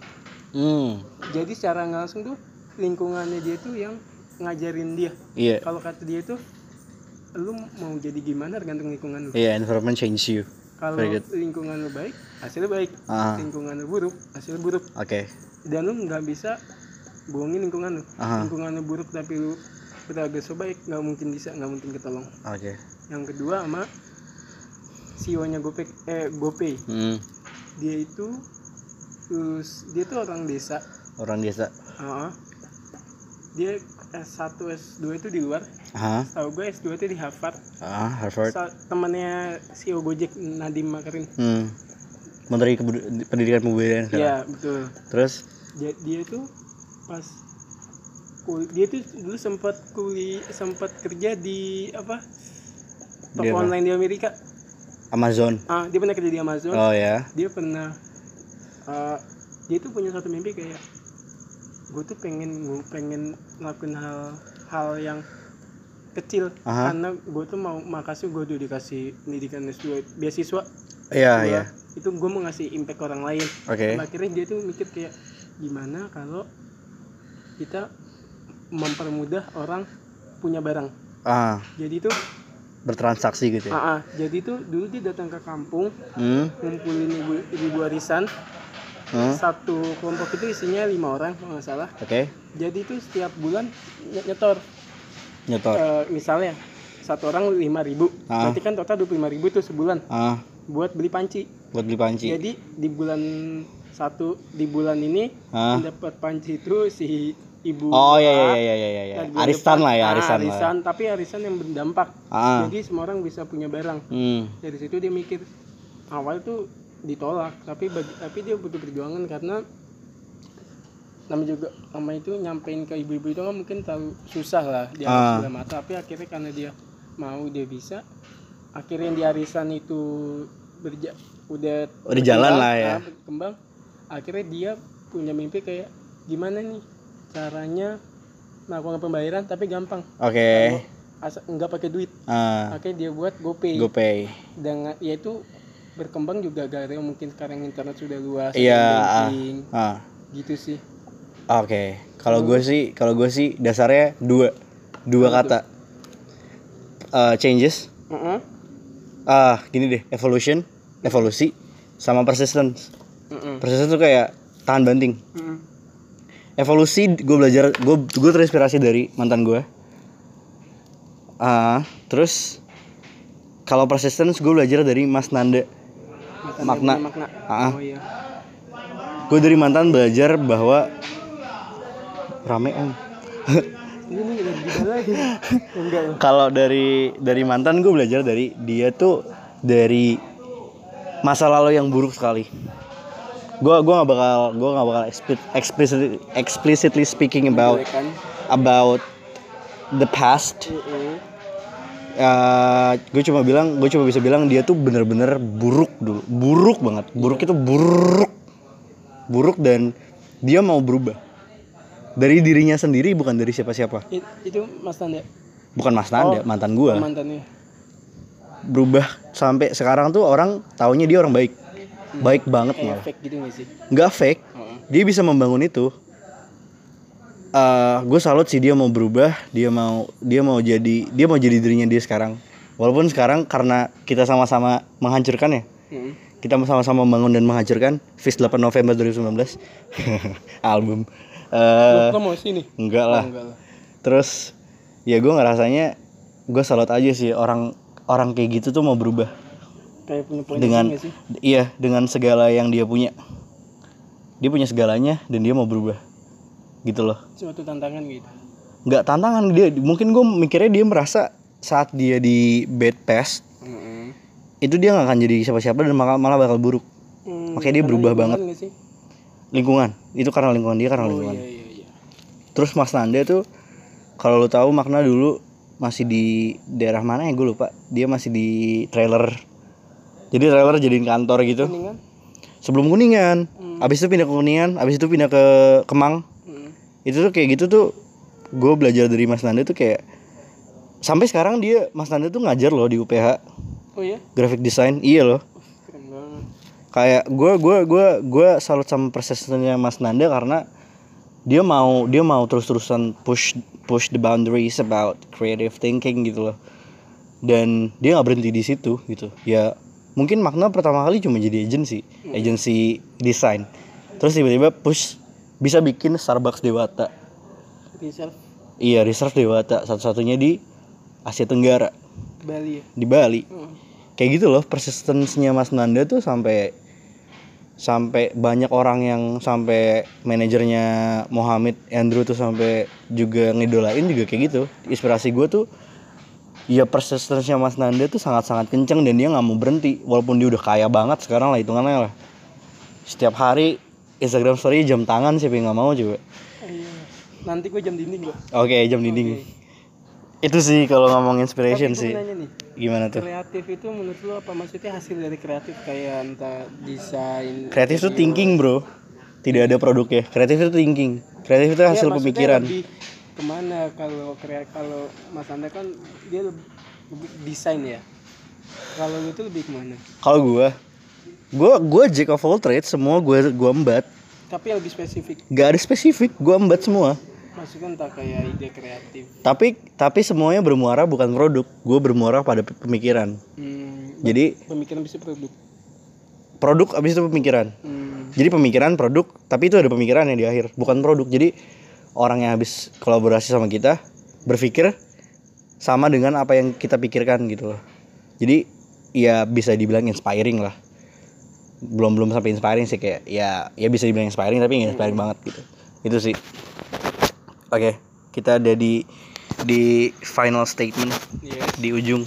Speaker 1: Hmm.
Speaker 2: jadi secara nggak langsung tuh lingkungannya dia tuh yang ngajarin dia
Speaker 1: Iya.
Speaker 2: kalau kata dia tuh lu mau jadi gimana tergantung lingkungan lu
Speaker 1: Iya, environment change you.
Speaker 2: kalau
Speaker 1: very good.
Speaker 2: lingkungan lu baik hasilnya baik
Speaker 1: Ah.
Speaker 2: lingkungan lu buruk hasilnya buruk
Speaker 1: Oke.
Speaker 2: dan lu nggak bisa bohongin lingkungan lu
Speaker 1: Aha.
Speaker 2: lingkungan lu buruk tapi lu beragak sebaik nggak mungkin bisa nggak mungkin ketolong
Speaker 1: Oke.
Speaker 2: yang kedua sama CEO nya Gopay eh GoPay
Speaker 1: Hmm.
Speaker 2: dia itu terus dia tuh orang desa
Speaker 1: Orang desa.
Speaker 2: Heeh. dia S1 S2 itu di luar
Speaker 1: Aha.
Speaker 2: tahu gue S2 itu di Harvard
Speaker 1: Ah, Harvard.
Speaker 2: Sa- temannya CEO Gojek Nadiem Makarim
Speaker 1: Hmm. Menteri Kebud- Pendidikan Kebudayaan sekarang.
Speaker 2: iya betul
Speaker 1: Terus
Speaker 2: dia, dia tuh pas kul dia tuh dulu sempat kuli sempat kerja di apa toko
Speaker 1: Di apa?
Speaker 2: online di Amerika
Speaker 1: Amazon.
Speaker 2: ah dia pernah kerja di Amazon
Speaker 1: Oh ya.
Speaker 2: dia pernah eh, dia tuh punya satu mimpi kayak gue tuh pengen gue pengen ngelakuin hal hal yang kecil
Speaker 1: Aha.
Speaker 2: karena gue tuh mau makasih gue udah dikasih pendidikan S2 beasiswa
Speaker 1: Iya,
Speaker 2: Gua-
Speaker 1: iya.
Speaker 2: itu gue mau ngasih impact ke orang lain
Speaker 1: Oke.
Speaker 2: Sampai akhirnya dia tuh mikir kayak gimana kalau kita mempermudah orang punya barang
Speaker 1: Ah,
Speaker 2: jadi tuh
Speaker 1: bertransaksi gitu ya.
Speaker 2: ah, ah, jadi tuh dulu dia datang ke kampung
Speaker 1: Hmm.
Speaker 2: ngumpulin ibu ibu arisan
Speaker 1: hmm,
Speaker 2: satu kelompok itu isinya lima orang kalau nggak salah
Speaker 1: Oke.
Speaker 2: jadi tuh setiap bulan ny- nyetor
Speaker 1: Nyetor.
Speaker 2: Eh, misalnya satu orang lima ribu
Speaker 1: Oh. Ah.
Speaker 2: berarti kan total dua ribu tuh sebulan
Speaker 1: Ah,
Speaker 2: buat beli panci
Speaker 1: buat beli panci.
Speaker 2: jadi di bulan satu di bulan ini
Speaker 1: Ah.
Speaker 2: yang dapat panci itu si ibu
Speaker 1: Oh iya iya
Speaker 2: A,
Speaker 1: iya iya iya. iya.
Speaker 2: dan di bulan
Speaker 1: Arisan
Speaker 2: depan-
Speaker 1: lah ya,
Speaker 2: Ah,
Speaker 1: arisan lah.
Speaker 2: arisan tapi arisan yang berdampak
Speaker 1: Ah.
Speaker 2: jadi semua orang bisa punya barang
Speaker 1: Hmm.
Speaker 2: dari situ dia mikir awal tuh ditolak tapi bagi- tapi dia butuh perjuangan karena nama juga nama itu nyampein ke ibu-ibu itu kan mungkin terlalu susah lah dia
Speaker 1: Ah.
Speaker 2: sebelah mata tapi akhirnya karena dia mau dia bisa akhirnya di arisan itu berja udah
Speaker 1: Udah jalan
Speaker 2: berkembang,
Speaker 1: lah ya.
Speaker 2: ah, berkembang akhirnya dia punya mimpi kayak gimana nih caranya melakukan pembayaran tapi gampang
Speaker 1: Oke.
Speaker 2: Asa- nggak pakai duit
Speaker 1: Ah,
Speaker 2: akhirnya dia buat GoPay
Speaker 1: GoPay.
Speaker 2: dengan yaitu berkembang juga gara mungkin sekarang internet sudah luas
Speaker 1: Iya,
Speaker 2: online
Speaker 1: ah.
Speaker 2: banking,
Speaker 1: Ah.
Speaker 2: gitu sih
Speaker 1: Oke. Kalau gue sih, kalau gue sih dasarnya dua, dua kata. Eh, changes.
Speaker 2: Heeh.
Speaker 1: Ah, gini deh, evolution, evolusi, sama persistence. Persistence tuh kayak tahan banting. evolusi gue belajar gue gue terinspirasi dari mantan gue ah terus kalau persistence gue belajar dari Mas Nanda Makna.
Speaker 2: makna
Speaker 1: Ah.
Speaker 2: oh iya
Speaker 1: gue dari mantan belajar bahwa rame om
Speaker 2: ini lagi di lagi enggak loh
Speaker 1: kalau dari dari mantan gue belajar dari dia tuh dari masa lalu yang buruk sekali Gua gua nggak bakal gua nggak bakal expli- explicitly explicitly speaking about
Speaker 2: Kejelekan.
Speaker 1: about the past.
Speaker 2: Mm-mm.
Speaker 1: gue cuma bilang gue cuma bisa bilang dia tuh bener-bener buruk dulu buruk banget buruk itu buruk buruk dan dia mau berubah dari dirinya sendiri bukan dari siapa-siapa
Speaker 2: It- itu Mas Tanda
Speaker 1: bukan mas Nanda mantan gue
Speaker 2: mantannya
Speaker 1: berubah sampai sekarang tuh orang taunya dia orang baik baik banget
Speaker 2: kayak
Speaker 1: malah
Speaker 2: fake gitu gak sih?
Speaker 1: nggak fake
Speaker 2: Heeh.
Speaker 1: dia bisa membangun itu Eh gue salut sih dia mau berubah dia mau dia mau jadi dia mau jadi dirinya dia sekarang walaupun sekarang karena kita sama-sama menghancurkan ya
Speaker 2: Mm-mm.
Speaker 1: kita sama-sama membangun dan menghancurkan Fish 8 November 2019 album eh Ah.
Speaker 2: Lo mau sini?
Speaker 1: enggak lah
Speaker 2: Enggak lah.
Speaker 1: terus ya gue ngerasanya gue salut aja sih orang orang kayak gitu tuh mau berubah
Speaker 2: Kayak punya poin
Speaker 1: dengan
Speaker 2: gak sih?
Speaker 1: iya dengan segala yang dia punya dia punya segalanya dan dia mau berubah gitu loh
Speaker 2: Suatu tantangan gitu.
Speaker 1: nggak tantangan dia mungkin gue mikirnya dia merasa saat dia di bed test
Speaker 2: Heeh.
Speaker 1: itu dia nggak akan jadi siapa-siapa dan malah, malah bakal buruk Makanya dia berubah banget.
Speaker 2: sih?
Speaker 1: lingkungan itu karena lingkungan dia karena
Speaker 2: Oh
Speaker 1: lingkungan
Speaker 2: iya iya iya.
Speaker 1: terus Mas Nanda tuh kalau lu tahu makna dulu masih di daerah mana ya gue lupa dia masih di trailer jadi trailer jadiin kantor gitu
Speaker 2: Kuningan?
Speaker 1: sebelum kuningan abis itu pindah ke kuningan abis itu pindah ke Kemang
Speaker 2: Mm.
Speaker 1: itu tuh kayak gitu tuh gue belajar dari Mas Nanda tuh kayak sampai sekarang dia Mas Nanda tuh ngajar loh di UPH
Speaker 2: Oh iya?
Speaker 1: graphic design iya loh
Speaker 2: Uh, keren banget.
Speaker 1: kayak gue gue gue gue salut sama persistentnya Mas Nanda karena dia mau dia mau terus terusan push push the boundaries about creative thinking gitu loh dan dia nggak berhenti di situ gitu ya mungkin makna pertama kali cuma jadi agency agency design terus tiba-tiba push bisa bikin Starbucks Dewata
Speaker 2: Reserve
Speaker 1: iya reserve Dewata satu-satunya di Asia Tenggara
Speaker 2: Bali ya.
Speaker 1: di Bali
Speaker 2: Heeh.
Speaker 1: kayak gitu loh persistence-nya Mas Nanda tuh sampai sampai banyak orang yang sampai manajernya Mohammed Andrew tuh sampai juga ngidolain juga kayak gitu inspirasi gue tuh ya persistence-nya Mas Nanda tuh sangat-sangat kenceng dan dia nggak mau berhenti walaupun dia udah kaya banget sekarang lah hitungannya lah setiap hari Instagram story jam tangan siapa yang nggak mau juga
Speaker 2: Iya. Nanti gue jam dinding gue.
Speaker 1: oke jam dinding itu sih kalau ngomong inspiration Iya sih
Speaker 2: nanya nih.
Speaker 1: gimana tuh
Speaker 2: Kreatif itu menurut lu apa maksudnya hasil dari kreatif kayak entah desain
Speaker 1: Kreatif itu thinking bro Tidak ada produknya Kreatif itu thinking Kreatif itu hasil
Speaker 2: Iya, maksudnya
Speaker 1: pemikiran
Speaker 2: lebih kemana kalau krea kalau Mas Anda kan dia lebih, lebih desain ya kalau lu tuh lebih kemana
Speaker 1: Kalau gua Gua gua jack of all trades Semua gua gua embat
Speaker 2: tapi yang lebih spesifik
Speaker 1: Gak ada spesifik Gua embat semua
Speaker 2: maksudnya entah kayak ide kreatif
Speaker 1: Tapi tapi semuanya bermuara bukan produk Gua bermuara pada pe- pemikiran
Speaker 2: hmm,
Speaker 1: Jadi
Speaker 2: pemikiran bisa produk
Speaker 1: produk abis itu pemikiran
Speaker 2: hmm,
Speaker 1: Jadi pemikiran produk Tapi itu ada pemikiran yang di akhir Bukan produk Jadi orang yang habis kolaborasi sama kita Berpikir sama dengan apa yang kita pikirkan gitu loh Jadi ya bisa dibilang inspiring lah belum belum sampai inspiring sih kayak ya ya bisa dibilang inspiring tapi nggak inspiring banget gitu itu sih oke kita ada di di final statement
Speaker 2: Iya.
Speaker 1: di ujung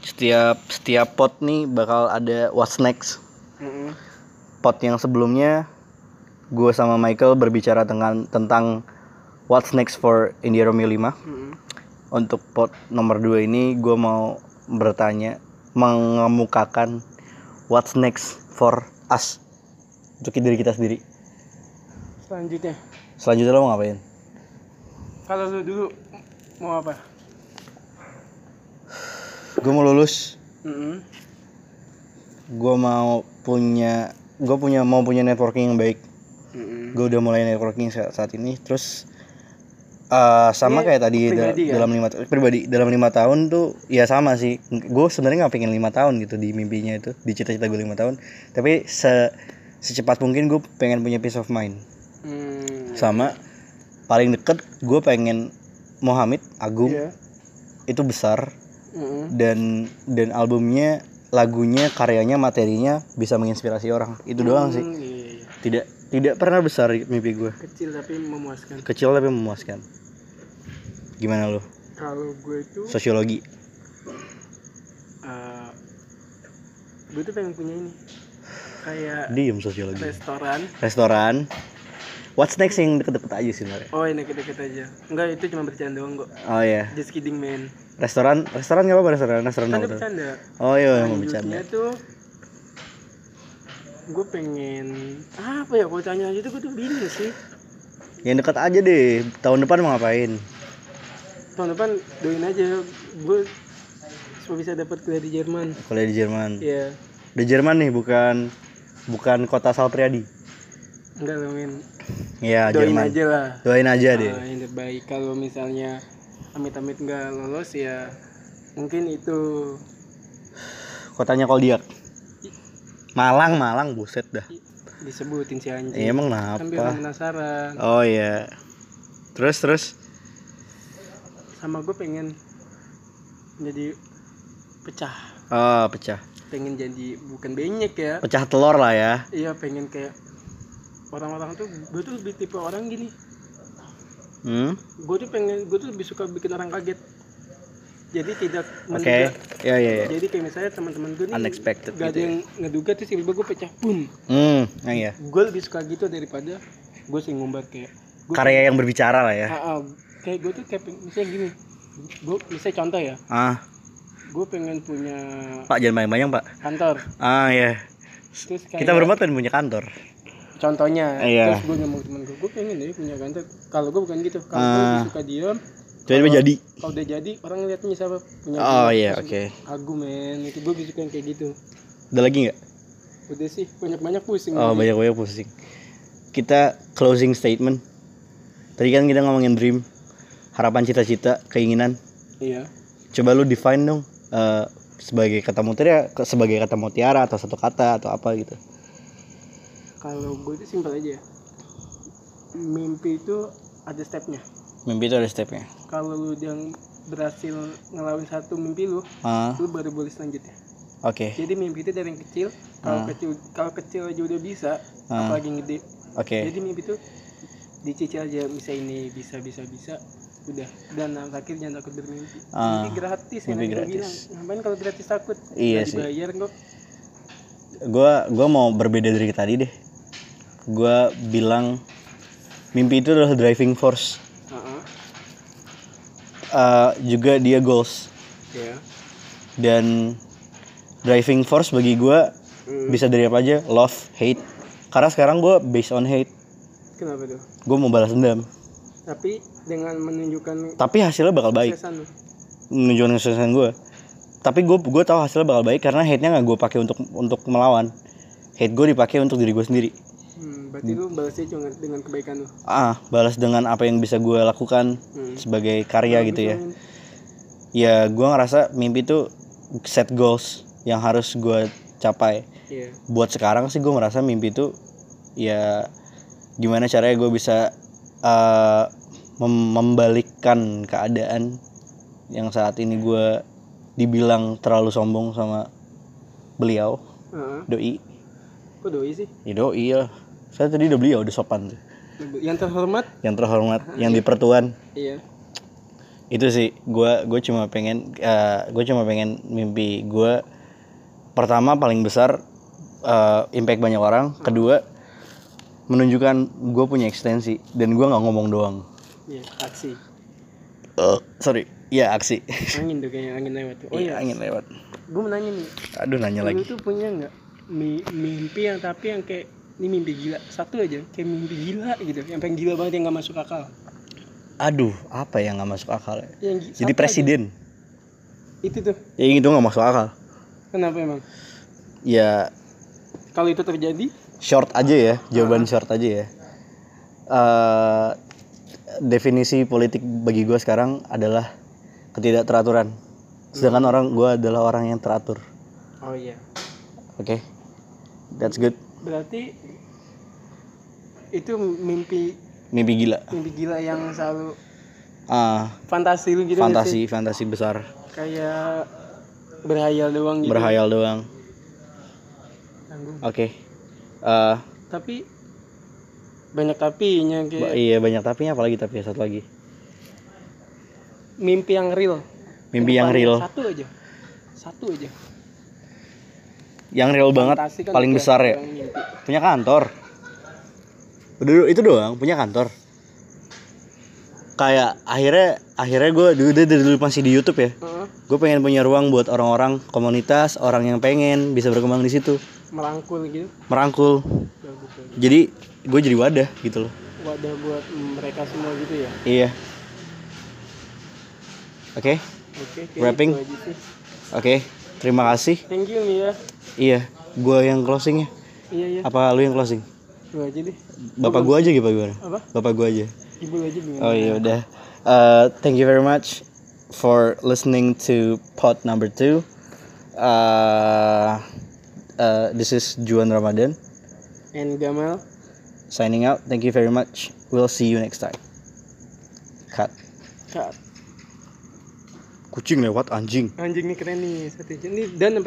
Speaker 1: setiap setiap pot nih bakal ada what's next
Speaker 2: Mm-mm.
Speaker 1: pot yang sebelumnya gue sama Michael berbicara dengan tentang what's next for India Romeo 5
Speaker 2: Mm-mm.
Speaker 1: untuk pot nomor 2 ini gue mau bertanya mengemukakan what's next for us untuk diri kita sendiri
Speaker 2: selanjutnya
Speaker 1: selanjutnya lo mau ngapain
Speaker 2: kalau lu dulu mau apa
Speaker 1: gue mau lulus Hmm.
Speaker 2: Mm-mm.
Speaker 1: gue mau punya gue punya mau punya networking yang baik
Speaker 2: Mm-mm.
Speaker 1: gue udah mulai networking sa- saat ini terus eh, sama
Speaker 2: Ini
Speaker 1: kayak tadi da-
Speaker 2: pribadi ya?
Speaker 1: dalam lima ta- pribadi dalam lima tahun tuh ya sama sih gue sebenarnya nggak pengen lima tahun gitu di mimpinya itu di cita-cita gue lima tahun tapi se secepat mungkin gue pengen punya peace of mind
Speaker 2: Hmm,
Speaker 1: sama paling deket gue pengen Mohamid Agung
Speaker 2: iya.
Speaker 1: itu besar
Speaker 2: Mm-mm.
Speaker 1: dan dan albumnya lagunya karyanya materinya bisa menginspirasi orang itu doang sih
Speaker 2: Hmm, iya, iya.
Speaker 1: tidak tidak pernah besar mimpi gue
Speaker 2: kecil tapi memuaskan
Speaker 1: kecil tapi memuaskan gimana lo
Speaker 2: kalau gue itu uh,
Speaker 1: sosiologi
Speaker 2: eh gue tuh pengen punya ini kayak
Speaker 1: Diem sosiologi.
Speaker 2: restoran
Speaker 1: Restoran. What's next yang deket-deket aja sih sebenarnya?
Speaker 2: oh ini deket deket aja enggak itu cuma bercanda doang kok
Speaker 1: Oh ya,
Speaker 2: just kidding man
Speaker 1: restoran, restoran nggak apa restoran, restoran
Speaker 2: kan
Speaker 1: apa
Speaker 2: dia
Speaker 1: tuh?
Speaker 2: bercanda
Speaker 1: Oh iya, emang
Speaker 2: lanjutnya
Speaker 1: bercanda.
Speaker 2: tuh gue pengen apa ya kalau tanya aja tuh gue tuh bingung sih
Speaker 1: Yang dekat aja deh. Tahun depan mau ngapain?
Speaker 2: tahun depan doain aja gue supaya bisa dapat kuliah di Jerman
Speaker 1: Kuliah di Jerman.
Speaker 2: ya
Speaker 1: Di Jerman nih, bukan bukan kota Saltriadi.
Speaker 2: enggak lah men
Speaker 1: Iya,
Speaker 2: doain
Speaker 1: Jerman.
Speaker 2: aja lah
Speaker 1: Doain aja deh.
Speaker 2: Ah, yang terbaik kalau misalnya amit-amit nggak lolos ya mungkin itu
Speaker 1: Kotanya Koldiak. Malang, Malang, buset dah.
Speaker 2: disebutin si anjing
Speaker 1: Ya, emang
Speaker 2: kan biar orang
Speaker 1: kenapa?
Speaker 2: penasaran
Speaker 1: Oh iya. Terus terus
Speaker 2: sama gue pengen jadi pecah
Speaker 1: oh, pecah.
Speaker 2: pengen jadi bukan banyak ya
Speaker 1: Pecah telur lah ya.
Speaker 2: iya pengen kayak orang-orang tuh gue tuh lebih tipe orang gini
Speaker 1: Hmm.
Speaker 2: gue tuh pengen gue tuh lebih suka bikin orang kaget jadi tidak
Speaker 1: Oke.
Speaker 2: menduga
Speaker 1: Ya ya ya.
Speaker 2: jadi kayak misalnya teman-teman gue nih
Speaker 1: Unexpected
Speaker 2: gak
Speaker 1: gitu
Speaker 2: ada
Speaker 1: ya.
Speaker 2: yang ngeduga terus tiba-tiba gue pecah boom
Speaker 1: Hmm, nah, iya.
Speaker 2: gue lebih suka gitu daripada gue sih ngumbar kayak gue
Speaker 1: Karya yang berbicara lah ya.
Speaker 2: Ah, ah, kayak gue tuh kayak peng- misalnya gini gue misalnya contoh ya
Speaker 1: Ah,
Speaker 2: gue pengen punya
Speaker 1: Pak jangan bayang-bayang, Pak.
Speaker 2: kantor
Speaker 1: Ah, iya.
Speaker 2: terus kayak
Speaker 1: Kita berempat kan punya kantor.
Speaker 2: contohnya
Speaker 1: Iya.
Speaker 2: terus gue ngomong ke temen gue gue pengen deh punya kantor kalau gue bukan gitu kalau gue
Speaker 1: Ah.
Speaker 2: lebih suka diam
Speaker 1: Jadi jadi.
Speaker 2: kalau udah jadi orang ngeliatnya siapa punya
Speaker 1: Oh
Speaker 2: gua.
Speaker 1: iya,
Speaker 2: Terus
Speaker 1: oke.
Speaker 2: aku men itu gue bisa kayak gitu
Speaker 1: Ada lagi nggak?
Speaker 2: udah sih banyak banyak pusing
Speaker 1: Oh,
Speaker 2: Jadi,
Speaker 1: banyak-banyak pusing. Kita closing statement. Tadi kan kita ngomongin dream, harapan, cita-cita, keinginan.
Speaker 2: iya
Speaker 1: Coba lu define dong eh, sebagai kata mutiara, ke- sebagai kata mutiara atau satu kata atau apa gitu.
Speaker 2: kalau gue itu simpel aja ya. mimpi itu ada stepnya
Speaker 1: Mimpi itu ada stepnya.
Speaker 2: kalau lu yang berhasil ngelawan satu mimpi lu
Speaker 1: Ah,
Speaker 2: lu baru boleh selanjutnya
Speaker 1: oke.
Speaker 2: jadi mimpi itu dari yang kecil kalau kecil kalau kecil aja udah bisa
Speaker 1: Ah.
Speaker 2: apalagi yang gede
Speaker 1: Oke.
Speaker 2: jadi mimpi itu dicicil aja bisa ini bisa bisa bisa udah dan yang terakhir jangan takut bermimpi
Speaker 1: Ah,
Speaker 2: mimpi gratis
Speaker 1: mimpi
Speaker 2: yang
Speaker 1: gratis.
Speaker 2: gratis. bilang ngapain kalau gratis takut
Speaker 1: Iya
Speaker 2: Nggak
Speaker 1: sih.
Speaker 2: dibayar kok
Speaker 1: Gua gua mau berbeda dari tadi deh. Gua bilang mimpi itu adalah driving force.
Speaker 2: Heeh.
Speaker 1: Eh, juga dia goals
Speaker 2: ya
Speaker 1: dan driving force bagi gua
Speaker 2: Hmm.
Speaker 1: bisa dari apa aja love hate karena sekarang gua based on hate
Speaker 2: kenapa tuh
Speaker 1: gue mau balas dendam
Speaker 2: tapi dengan menunjukkan
Speaker 1: tapi hasilnya bakal baik
Speaker 2: kesuksesan lu.
Speaker 1: menunjukkan kesuksesan gue tapi gue gue tahu hasilnya bakal baik karena hate nya nggak gue pakai untuk untuk melawan hate gue dipakai untuk diri gue sendiri
Speaker 2: hmm, berarti lu balasnya cuma dengan kebaikan lu
Speaker 1: ah balas dengan apa yang bisa gue lakukan
Speaker 2: Hmm.
Speaker 1: sebagai karya
Speaker 2: Bagus
Speaker 1: gitu ya
Speaker 2: dong.
Speaker 1: ya gue ngerasa mimpi tuh set goals yang harus gue capai
Speaker 2: iya
Speaker 1: buat sekarang sih gue ngerasa mimpi itu ya gimana caranya gue bisa eh, mem- membalikkan keadaan yang saat ini gue dibilang terlalu sombong sama beliau
Speaker 2: Heeh.
Speaker 1: doi
Speaker 2: kok doi sih
Speaker 1: ya doi lah saya tadi udah beliau udah sopan tuh
Speaker 2: yang terhormat
Speaker 1: yang terhormat yang dipertuan
Speaker 2: iya
Speaker 1: itu sih gue gue cuma pengen gue cuma pengen mimpi gue pertama paling besar eh, impact banyak orang kedua menunjukkan gue punya ekstensi dan gue nggak ngomong doang
Speaker 2: iya aksi
Speaker 1: sorry ya aksi
Speaker 2: angin tuh kayaknya angin lewat tuh oh
Speaker 1: Iya,
Speaker 2: iya Hmm.
Speaker 1: angin lewat
Speaker 2: gue mau nanya nih
Speaker 1: aduh nanya
Speaker 2: Lu
Speaker 1: lagi
Speaker 2: tuh punya nggak mi- mimpi yang tapi yang kayak ini mimpi gila satu aja kayak mimpi gila gitu yang pengen gila banget yang nggak masuk akal
Speaker 1: aduh apa yang nggak masuk akal ya?
Speaker 2: yang gi-
Speaker 1: jadi
Speaker 2: satu
Speaker 1: presiden
Speaker 2: aja. itu tuh
Speaker 1: ya yang itu nggak masuk akal
Speaker 2: kenapa emang
Speaker 1: ya
Speaker 2: kalau itu terjadi
Speaker 1: short aja ya jawaban short aja ya Eh definisi politik bagi gue sekarang adalah ketidakteraturan sedangkan orang gue adalah orang yang teratur
Speaker 2: oh iya
Speaker 1: oke that's good
Speaker 2: berarti itu mimpi
Speaker 1: mimpi gila
Speaker 2: mimpi gila yang selalu
Speaker 1: ah
Speaker 2: fantasi lu gitu nggak sih?
Speaker 1: fantasi fantasi besar
Speaker 2: kayak berhayal doang gitu
Speaker 1: berhayal doang
Speaker 2: Tanggung.
Speaker 1: oke Eh,
Speaker 2: tapi banyak tapinya
Speaker 1: ba-
Speaker 2: kayak
Speaker 1: iya banyak tapinya apalagi tapi ya, satu lagi
Speaker 2: mimpi yang real
Speaker 1: mimpi yang
Speaker 2: paling-
Speaker 1: real
Speaker 2: satu aja satu aja
Speaker 1: yang real banget
Speaker 2: Fantasi kan
Speaker 1: paling
Speaker 2: itu
Speaker 1: besar ya
Speaker 2: orang mimpi.
Speaker 1: punya kantor udah do- itu doang punya kantor kayak akhirnya akhirnya gue dulu dari dulu masih di YouTube ya
Speaker 2: Heeh,
Speaker 1: gue pengen punya ruang buat orang-orang komunitas orang yang pengen bisa berkembang di situ
Speaker 2: merangkul gitu
Speaker 1: merangkul
Speaker 2: bagus bagus.
Speaker 1: jadi gue jadi wadah gitu loh
Speaker 2: wadah buat mereka semua gitu ya
Speaker 1: iya oke
Speaker 2: oke kayaknya
Speaker 1: Wrapping.
Speaker 2: itu aja sih.
Speaker 1: oke terima kasih
Speaker 2: thank you nih ya
Speaker 1: iya gue yang closing ya
Speaker 2: iya iya
Speaker 1: apa lu yang closing
Speaker 2: lu aja deh
Speaker 1: bapak gue aja gitu gimana
Speaker 2: apa
Speaker 1: bapak gue aja
Speaker 2: ibu lu aja gimana
Speaker 1: Oh yeah, udah. Uh, thank you very much for listening to pod number two. Uh, uh, this is Juan Ramadan
Speaker 2: and Gamal
Speaker 1: signing out. Thank you very much. We'll see you next time. Cut.
Speaker 2: Kak,
Speaker 1: Kucing lewat anjing.
Speaker 2: anjing nih keren nih satu jam. Ini dan sampai